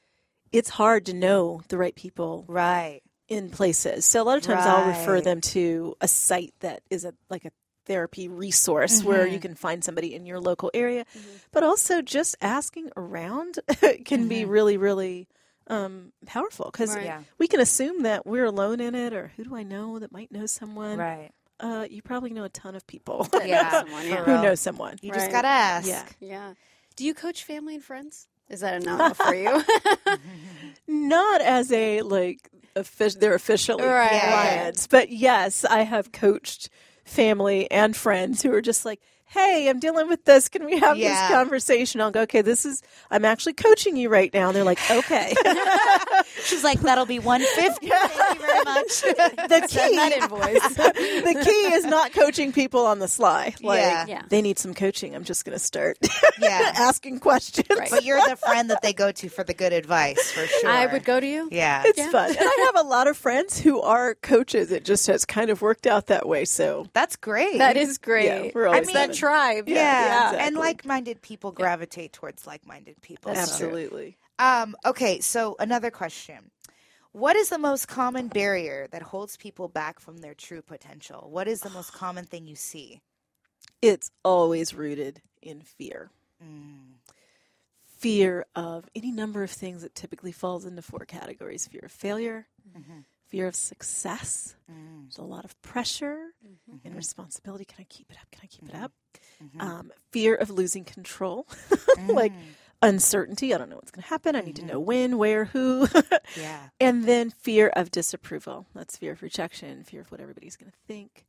Speaker 6: it's hard to know the right people
Speaker 3: Right.
Speaker 6: in places. So a lot of times I'll refer
Speaker 3: Right.
Speaker 6: them to a site that is a like a therapy resource where
Speaker 2: Mm-hmm.
Speaker 6: you can find somebody in your local area. But also just asking around *laughs* can be really, really um, powerful because
Speaker 2: Mm-hmm. Right. Yeah.
Speaker 6: we can assume that we're alone in it or who do I know that might know someone?
Speaker 3: Right.
Speaker 6: Uh, you probably know a ton of people
Speaker 2: *laughs*
Speaker 3: *laughs*
Speaker 2: yeah. Someone, yeah.
Speaker 3: For
Speaker 6: *laughs* who
Speaker 3: real.
Speaker 6: know someone.
Speaker 3: You
Speaker 2: Right.
Speaker 3: just gotta ask.
Speaker 6: Yeah.
Speaker 2: Yeah. Do you coach family and friends? Is that a no for you? *laughs*
Speaker 6: not as a like offic- they're officially
Speaker 2: Right.
Speaker 6: clients, but yes, I have coached family and friends who are just like, "Hey, I'm dealing with this. Can we have
Speaker 3: Yeah.
Speaker 6: this conversation?" I'll go, "Okay, this is I'm actually coaching you right now." And they're like, "Okay."
Speaker 2: *laughs*
Speaker 3: She's like, that'll be 150. Thank
Speaker 6: *laughs*
Speaker 3: you very much.
Speaker 6: the key, *laughs*
Speaker 2: That invoice.
Speaker 6: the key is not coaching people on the sly. Like,
Speaker 3: Yeah.
Speaker 2: Yeah.
Speaker 6: they need some coaching. I'm just going to start *laughs*
Speaker 3: yeah.
Speaker 6: asking questions.
Speaker 3: But you're the friend that they go to for the good advice, for sure.
Speaker 2: I would go to you.
Speaker 3: Yeah.
Speaker 6: It's fun. And I have a lot of friends who are coaches. It just has kind of worked out that way. So
Speaker 3: That's great.
Speaker 2: That is great.
Speaker 6: Yeah, we're
Speaker 2: I
Speaker 6: always
Speaker 2: mean,
Speaker 6: having-
Speaker 2: that tribe.
Speaker 3: Yeah.
Speaker 6: exactly.
Speaker 3: And like minded people gravitate towards like minded people. So-
Speaker 6: absolutely.
Speaker 3: Um, okay. So, another question What is the most common barrier that holds people back from their true potential? What is the most common thing you see?
Speaker 6: It's always rooted in fear.
Speaker 3: Mm,
Speaker 6: Fear of any number of things that typically falls into four categories fear of failure, fear of success. There's a lot of pressure and responsibility. Can I keep it up? Can I keep it up? Um, fear of losing control, *laughs* like uncertainty. I don't know what's going to happen. I need to know when, where, who. *laughs*
Speaker 3: Yeah.
Speaker 6: And then fear of disapproval. That's fear of rejection, fear of what everybody's going to think.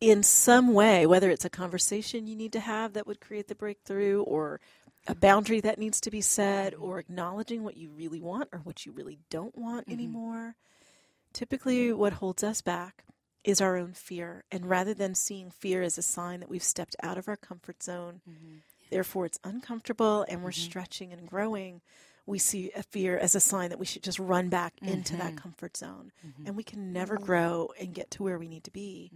Speaker 6: In some way, whether it's a conversation you need to have that would create the breakthrough, or a boundary that needs to be set, or acknowledging what you really want or what you really don't want anymore. Typically, what holds us back is our own fear. And rather than seeing fear as a sign that we've stepped out of our comfort zone, therefore it's uncomfortable and we're stretching and growing, we see a fear as a sign that we should just run back into that comfort zone. And we can never grow and get to where we need to be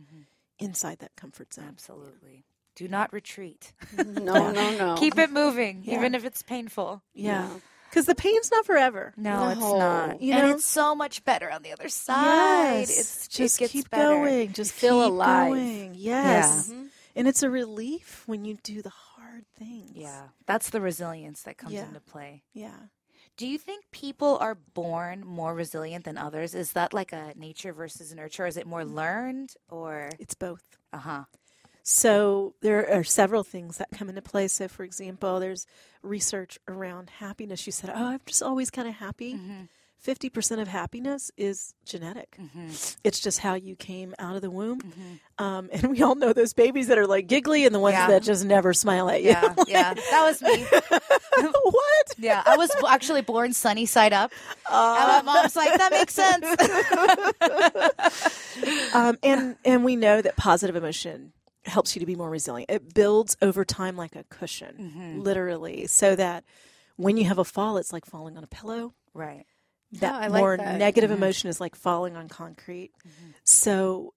Speaker 6: inside that comfort zone.
Speaker 3: Absolutely. Do not retreat.
Speaker 2: No, no, no.
Speaker 3: *laughs* Keep it moving, even if it's painful.
Speaker 6: Yeah. Because the pain's not forever.
Speaker 3: No, it's not.
Speaker 6: You
Speaker 3: and
Speaker 6: know?
Speaker 3: it's so much better on the other side.
Speaker 6: Yes.
Speaker 3: It's
Speaker 6: just
Speaker 3: it gets
Speaker 6: keep
Speaker 3: better.
Speaker 6: going. Just
Speaker 2: feel
Speaker 6: keep
Speaker 2: alive.
Speaker 6: Going. Yes.
Speaker 3: Mm-hmm.
Speaker 6: And it's a relief when you do the hard things.
Speaker 3: Yeah, that's the resilience that comes
Speaker 6: Yeah.
Speaker 3: into play.
Speaker 6: Yeah.
Speaker 3: Do you think people are born more resilient than others? Is that like a nature versus nurture? Is it more learned or
Speaker 6: It's both.
Speaker 3: uh huh?
Speaker 6: So there are several things that come into play. So, for example, there's research around happiness. You said, "Oh, I'm just always kind of happy."
Speaker 3: Mm-hmm.
Speaker 6: 50 percent of happiness is genetic.
Speaker 3: Mm-hmm.
Speaker 6: It's just how you came out of the womb. Um, and we all know those babies that are like giggly and the ones
Speaker 3: Yeah.
Speaker 6: that just never smile at you.
Speaker 3: Yeah, yeah. That was me.
Speaker 6: *laughs* what?
Speaker 3: Yeah, I was b- actually born sunny side up. and my mom's like, that makes *laughs* sense.
Speaker 6: um, and and we know that positive emotion helps you to be more resilient. It builds over time like a cushion,
Speaker 2: Mm-hmm.
Speaker 6: literally, so that when you have a fall, it's like falling on a pillow.
Speaker 3: right.
Speaker 2: Oh,
Speaker 6: That
Speaker 2: I like
Speaker 6: more
Speaker 2: that. Mm-hmm.
Speaker 6: negative emotion is like falling on concrete. So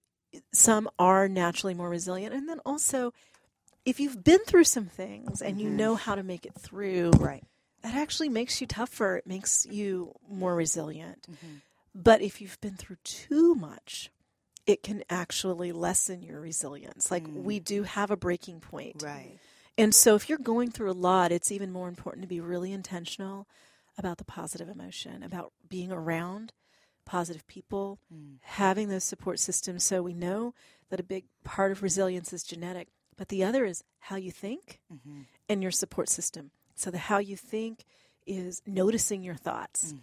Speaker 6: some are naturally more resilient, and then also. If you've been through some things and
Speaker 2: Mm-hmm.
Speaker 6: you know how to make it through,
Speaker 3: Right.
Speaker 6: that actually makes you tougher. It makes you more resilient. But if you've been through too much, it can actually lessen your resilience. Like we do have a breaking point.
Speaker 3: Right.
Speaker 6: And so if you're going through a lot, it's even more important to be really intentional about the positive emotion, about being around positive people, having those support systems. So we know that a big part of resilience is genetic, but the other is how you think and your support system. So the how you think is noticing your thoughts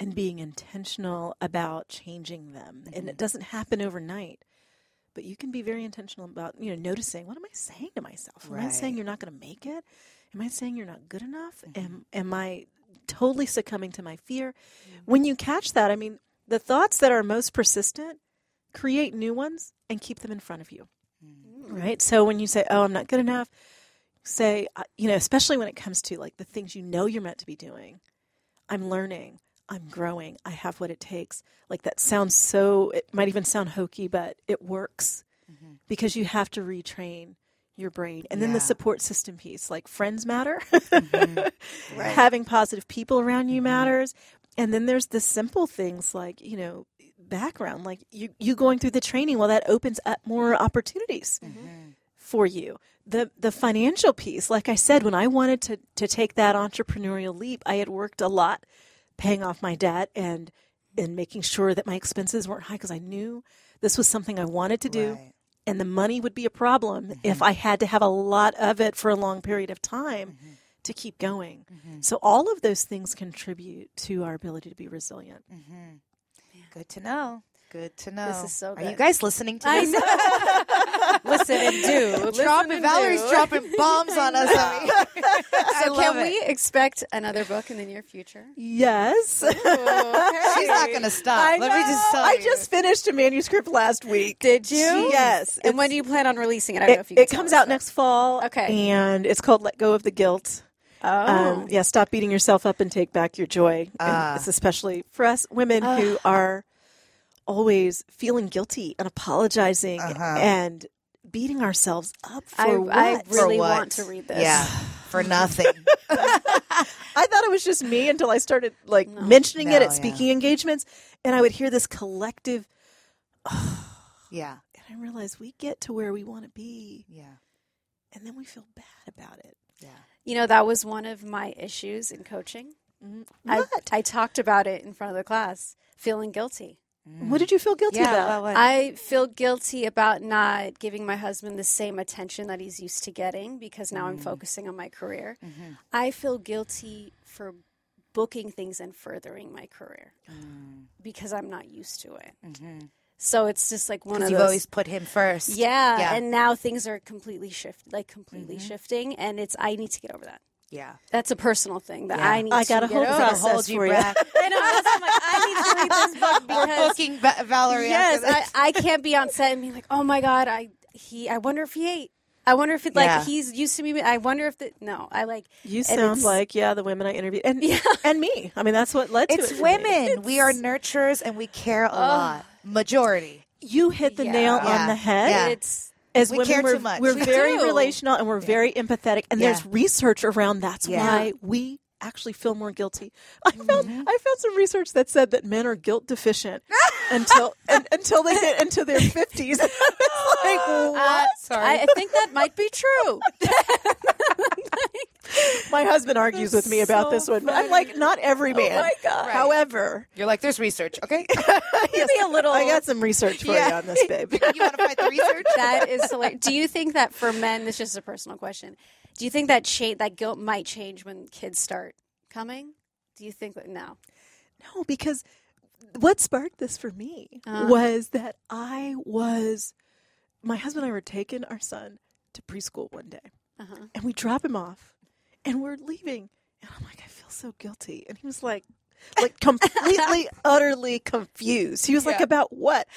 Speaker 6: and being intentional about changing them. And it doesn't happen overnight. But you can be very intentional about, you know, noticing what am I saying to myself? Am I saying you're not going to make it? Am I saying you're not good enough? Am am I totally succumbing to my fear? When you catch that, I mean, the thoughts that are most persistent, create new ones and keep them in front of you. Right? So when you say, "Oh, I'm not good enough," say, uh, you know, especially when it comes to like the things you know you're meant to be doing. I'm learning. I'm growing. I have what it takes. Like that sounds so, it might even sound hokey, but it works because you have to retrain your brain. And then the support system piece, like friends matter, *laughs* having positive people around you matters. And then there's the simple things like, you know, background, like you, you going through the training, well, that opens up more opportunities for you. The the financial piece, like I said, when I wanted to to take that entrepreneurial leap, I had worked a lot paying off my debt and and making sure that my expenses weren't high because I knew this was something I wanted to do. And the money would be a problem
Speaker 3: Mm-hmm.
Speaker 6: if I had to have a lot of it for a long period of time
Speaker 3: Mm-hmm.
Speaker 6: to keep going. So, all of those things contribute to our ability to be resilient.
Speaker 3: Mm. Good to know. Good to know.
Speaker 2: is so
Speaker 3: Are you
Speaker 2: good.
Speaker 3: guys listening to
Speaker 2: I
Speaker 3: this?
Speaker 2: know. *laughs* Listen and do. Drop
Speaker 3: dropping Valerie's dropping bombs on *laughs* us. honey. I
Speaker 2: So
Speaker 3: love
Speaker 2: can we expect another book in the near future?
Speaker 6: Yes.
Speaker 3: it. She's not going to stop.
Speaker 6: *laughs* I
Speaker 3: Let me just
Speaker 6: know.
Speaker 3: tell
Speaker 6: I
Speaker 3: you.
Speaker 6: just finished a manuscript last week. Did
Speaker 2: you?
Speaker 6: Yes.
Speaker 2: And when do you plan on releasing it? I don't know
Speaker 6: It,
Speaker 2: if you can
Speaker 6: it
Speaker 2: tell
Speaker 6: comes
Speaker 2: us,
Speaker 6: out
Speaker 2: but-
Speaker 6: next fall.
Speaker 2: Okay.
Speaker 6: And it's called Let Go of the Guilt.
Speaker 2: Oh.
Speaker 6: Um, yeah, stop beating yourself up and take back your joy.
Speaker 2: Ah.
Speaker 6: And it's especially for us women who are always feeling guilty and apologizing and beating ourselves up for
Speaker 2: I,
Speaker 6: what?
Speaker 2: Uh-huh. I really
Speaker 3: what?
Speaker 2: *sighs* want to read this.
Speaker 3: Yeah. for nothing.
Speaker 6: I thought it was just me until I started like mentioning
Speaker 3: No,
Speaker 6: it
Speaker 3: yeah.
Speaker 6: at speaking engagements, and I would hear this collective,
Speaker 3: yeah.
Speaker 6: and I realized we get to where we want to be,
Speaker 3: Yeah.
Speaker 6: and then we feel bad about it.
Speaker 2: You know, that was one of my issues in coaching.
Speaker 3: Mm-hmm.
Speaker 2: I, I talked about it in front of the class, feeling guilty. Mm.
Speaker 6: What did you feel guilty
Speaker 3: Yeah.
Speaker 6: about?
Speaker 3: about what?
Speaker 2: I feel guilty about not giving my husband the same attention that he's used to getting because now
Speaker 3: Mm.
Speaker 2: I'm focusing on my career.
Speaker 3: Mm-hmm.
Speaker 2: I feel guilty for booking things and furthering my career
Speaker 3: Mm.
Speaker 2: because I'm not used to it. So it's just like one of
Speaker 3: Because
Speaker 2: those.
Speaker 3: Mm-hmm. you've always put him first.
Speaker 2: yeah,
Speaker 3: Yeah. Mm-hmm.
Speaker 2: and now things are completely shift, like completely shifting, and it's I need to get over that.
Speaker 3: Yeah.
Speaker 2: That's a personal thing that
Speaker 3: Yeah.
Speaker 2: I need.
Speaker 6: I
Speaker 2: to
Speaker 6: got a
Speaker 2: get
Speaker 6: whole
Speaker 2: over.
Speaker 6: process
Speaker 3: Hold you
Speaker 6: for
Speaker 2: *laughs*
Speaker 6: you.
Speaker 3: back.
Speaker 2: I know. That's why I'm like, I need to *laughs* read this book
Speaker 3: We're
Speaker 2: because
Speaker 3: booking Va- Valerie.
Speaker 2: yes,
Speaker 3: after
Speaker 2: *laughs*
Speaker 3: this.
Speaker 2: I, I can't be on set and be like, oh my god, I he, I wonder if he ate. I wonder if it, like
Speaker 3: Yeah.
Speaker 2: he's used to me. I wonder if the no, I like
Speaker 6: You
Speaker 2: and
Speaker 6: sound
Speaker 2: it's-
Speaker 6: like yeah, the women I interviewed, and *laughs* and me. I mean, that's what led to it.
Speaker 3: it's
Speaker 6: for me.
Speaker 3: women.
Speaker 2: *laughs*
Speaker 3: We are nurturers and we care a lot. Majority.
Speaker 6: You hit the nail
Speaker 2: Yeah.
Speaker 6: on the head.
Speaker 3: Yeah.
Speaker 2: it's
Speaker 6: As
Speaker 3: We
Speaker 6: women,
Speaker 3: care
Speaker 6: we're,
Speaker 3: too much.
Speaker 6: we're
Speaker 3: We
Speaker 6: very
Speaker 2: do.
Speaker 6: relational and we're very empathetic, and there's
Speaker 3: Yeah.
Speaker 6: research around that's
Speaker 3: Yeah. Mm-hmm.
Speaker 6: why we actually feel more guilty. I found I found some research that said that men are
Speaker 3: *laughs*
Speaker 6: guilt deficient until un- until they get into their fifties. *laughs* like
Speaker 2: uh,
Speaker 6: what?
Speaker 2: I, I think that might be true.
Speaker 6: My husband argues with me about this one, but I'm like, not every
Speaker 3: Oh
Speaker 6: man. However,
Speaker 3: You're like, there's research,
Speaker 2: *laughs*
Speaker 3: okay?
Speaker 6: yes,
Speaker 2: a little-
Speaker 6: I got some research for you
Speaker 3: Yeah.
Speaker 6: on
Speaker 3: *laughs*
Speaker 6: this, babe.
Speaker 3: you want to fight the
Speaker 2: *laughs*
Speaker 3: research?
Speaker 2: that is hilarious. Do you think that for men, this is just a personal question? Do you think that cha- that guilt might change when kids start coming? Do you think that no?
Speaker 6: No, because what sparked this for me was that I was, my husband and I were taking our son to preschool one day, and we drop him off, and we're leaving, and I'm like, I feel so guilty, and he was like, like completely, utterly confused. He was like, about what?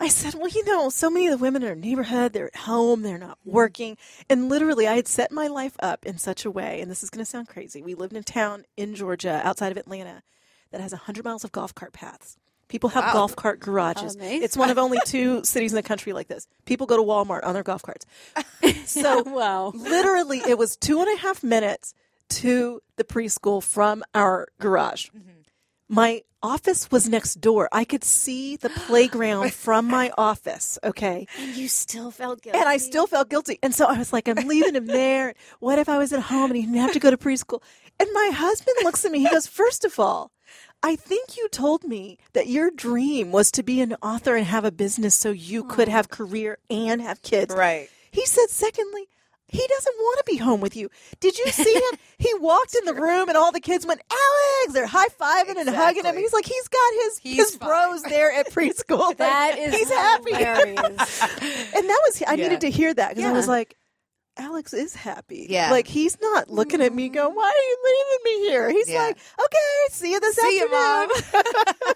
Speaker 6: I said, well, you know, so many of the women in our neighborhood, they're at home, they're not working. And literally, I had set my life up in such a way, and this is going to sound crazy. We lived in a town in Georgia, outside of Atlanta, that has 100 miles of golf cart paths. People have golf cart garages.
Speaker 2: Amazing.
Speaker 6: It's one of only two *laughs* cities in the country like this. People go to Walmart on their golf carts. So,
Speaker 2: Wow.
Speaker 6: literally, it was two and a half minutes to the preschool from our garage. My office was next door. I could see the playground from my office. Okay.
Speaker 2: You still felt guilty,
Speaker 6: And I still felt guilty. And so I was like, I'm leaving him there. What if I was at home and he didn't have to go to preschool? And my husband looks at me. He goes, First of all, I think you told me that your dream was to be an author and have a business so you could have career and have kids.
Speaker 3: Hmm. Right.
Speaker 6: He said, secondly, he doesn't want to be home with you. Did you see
Speaker 3: *laughs*
Speaker 6: him? he walked in the room and all the kids went, Alex! They're high fiving and hugging him.
Speaker 3: Exactly.
Speaker 6: He's like, he's got his,
Speaker 3: He's
Speaker 6: his
Speaker 3: fine.
Speaker 6: bros there
Speaker 2: *laughs*
Speaker 6: at preschool. Like, *laughs*
Speaker 2: That is
Speaker 6: he's happy.
Speaker 2: hilarious.
Speaker 6: And that was,
Speaker 3: Yeah.
Speaker 6: I needed to hear that because I was
Speaker 2: Yeah.
Speaker 6: like, Alex is happy.
Speaker 3: Yeah. Mm-hmm.
Speaker 6: Like, he's not looking at me going, why are you leaving me here? He's
Speaker 3: Yeah.
Speaker 6: like, okay, see you this
Speaker 3: See you,
Speaker 6: afternoon.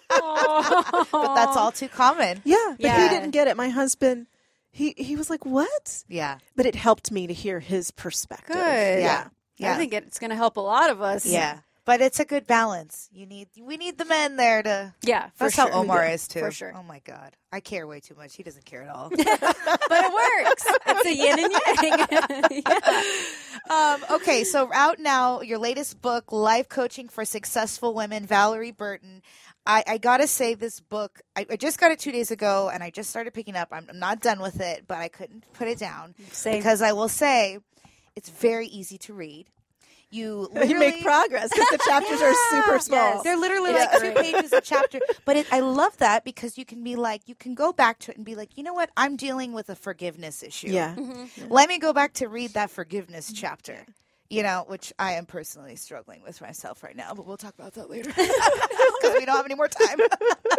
Speaker 3: Mom. but that's all too common.
Speaker 6: *laughs* Yeah. But he
Speaker 2: Yeah.
Speaker 6: didn't get it. My husband, he, he was like, what?
Speaker 3: Yeah.
Speaker 6: But it helped me to hear his perspective.
Speaker 2: Good.
Speaker 6: Yeah.
Speaker 3: Yeah.
Speaker 2: I think it's going to help a lot of us.
Speaker 3: Yeah. But it's a good balance. You need we need the men there to
Speaker 2: Yeah, for
Speaker 3: That's
Speaker 2: sure.
Speaker 3: how Omar is too.
Speaker 2: For
Speaker 3: *laughs*
Speaker 2: sure.
Speaker 3: Oh my god. I care way too much. He doesn't care at
Speaker 2: *laughs*
Speaker 3: all.
Speaker 2: but it works. It's a yin and *laughs* yang. yeah.
Speaker 3: um, okay, so out now, your latest book, Life Coaching for Successful Women, Valerie Burton. I, I gotta say, this book, I, I just got it two days ago and I just started picking up. I'm, I'm not done with it, but I couldn't put it down.
Speaker 2: Same.
Speaker 3: Because I will say, it's very easy to read.
Speaker 2: *laughs*
Speaker 3: You,
Speaker 6: you make
Speaker 3: literally-
Speaker 6: progress because
Speaker 3: *laughs*
Speaker 6: the chapters are super small.
Speaker 3: They're literally
Speaker 2: It's
Speaker 3: like two
Speaker 2: great.
Speaker 3: pages a chapter. But it, I love that because you can be like, you can go back to it and be like, you know what? I'm dealing with a forgiveness issue.
Speaker 6: Yeah.
Speaker 3: Let me go back to read that
Speaker 2: Mm-hmm.
Speaker 3: forgiveness chapter. You know, which I am personally struggling with myself right now, but we'll talk about that later
Speaker 2: *laughs*
Speaker 3: *laughs* because we don't have any more time.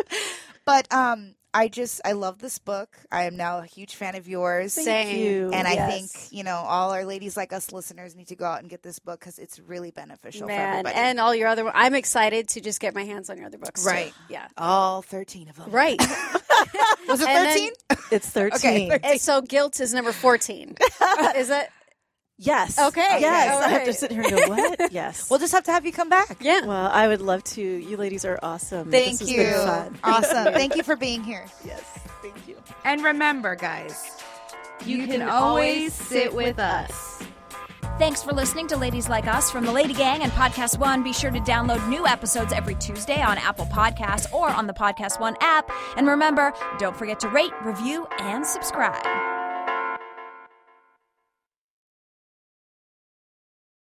Speaker 3: *laughs* but um, I just, I love this book. I am now a huge fan of yours.
Speaker 2: Same.
Speaker 6: you.
Speaker 3: And I
Speaker 2: Yes.
Speaker 3: think, you know, all our ladies like us listeners need to go out and get this book because it's really beneficial for
Speaker 2: Man,
Speaker 3: everybody.
Speaker 2: and all your other. I'm excited to just get my hands on your other books. too.
Speaker 3: Right.
Speaker 2: Yeah.
Speaker 3: all 13 of them.
Speaker 2: Right.
Speaker 3: Was it
Speaker 2: And then-
Speaker 3: 13? *laughs*
Speaker 6: It's 13.
Speaker 2: *laughs* and so guilt is number 14. Is it?
Speaker 6: Yes.
Speaker 2: Okay.
Speaker 6: Yes.
Speaker 2: All
Speaker 6: I have to
Speaker 2: right.
Speaker 6: sit here and
Speaker 3: *laughs*
Speaker 6: go, what? Yes.
Speaker 3: we'll just have to have you come back.
Speaker 2: Yeah.
Speaker 6: well, I would love to. You ladies are awesome.
Speaker 3: Thank
Speaker 6: This has
Speaker 3: you.
Speaker 6: been fun.
Speaker 3: Awesome.
Speaker 2: *laughs*
Speaker 3: Thank you for being here.
Speaker 6: Yes. Thank you.
Speaker 8: And remember, guys, you, can, always sit with us.
Speaker 1: Thanks for listening to Ladies Like Us from the Lady Gang and Podcast One. Be sure to download new episodes every Tuesday on Apple Podcasts or on the Podcast One app. And remember, don't forget to rate, review, and subscribe.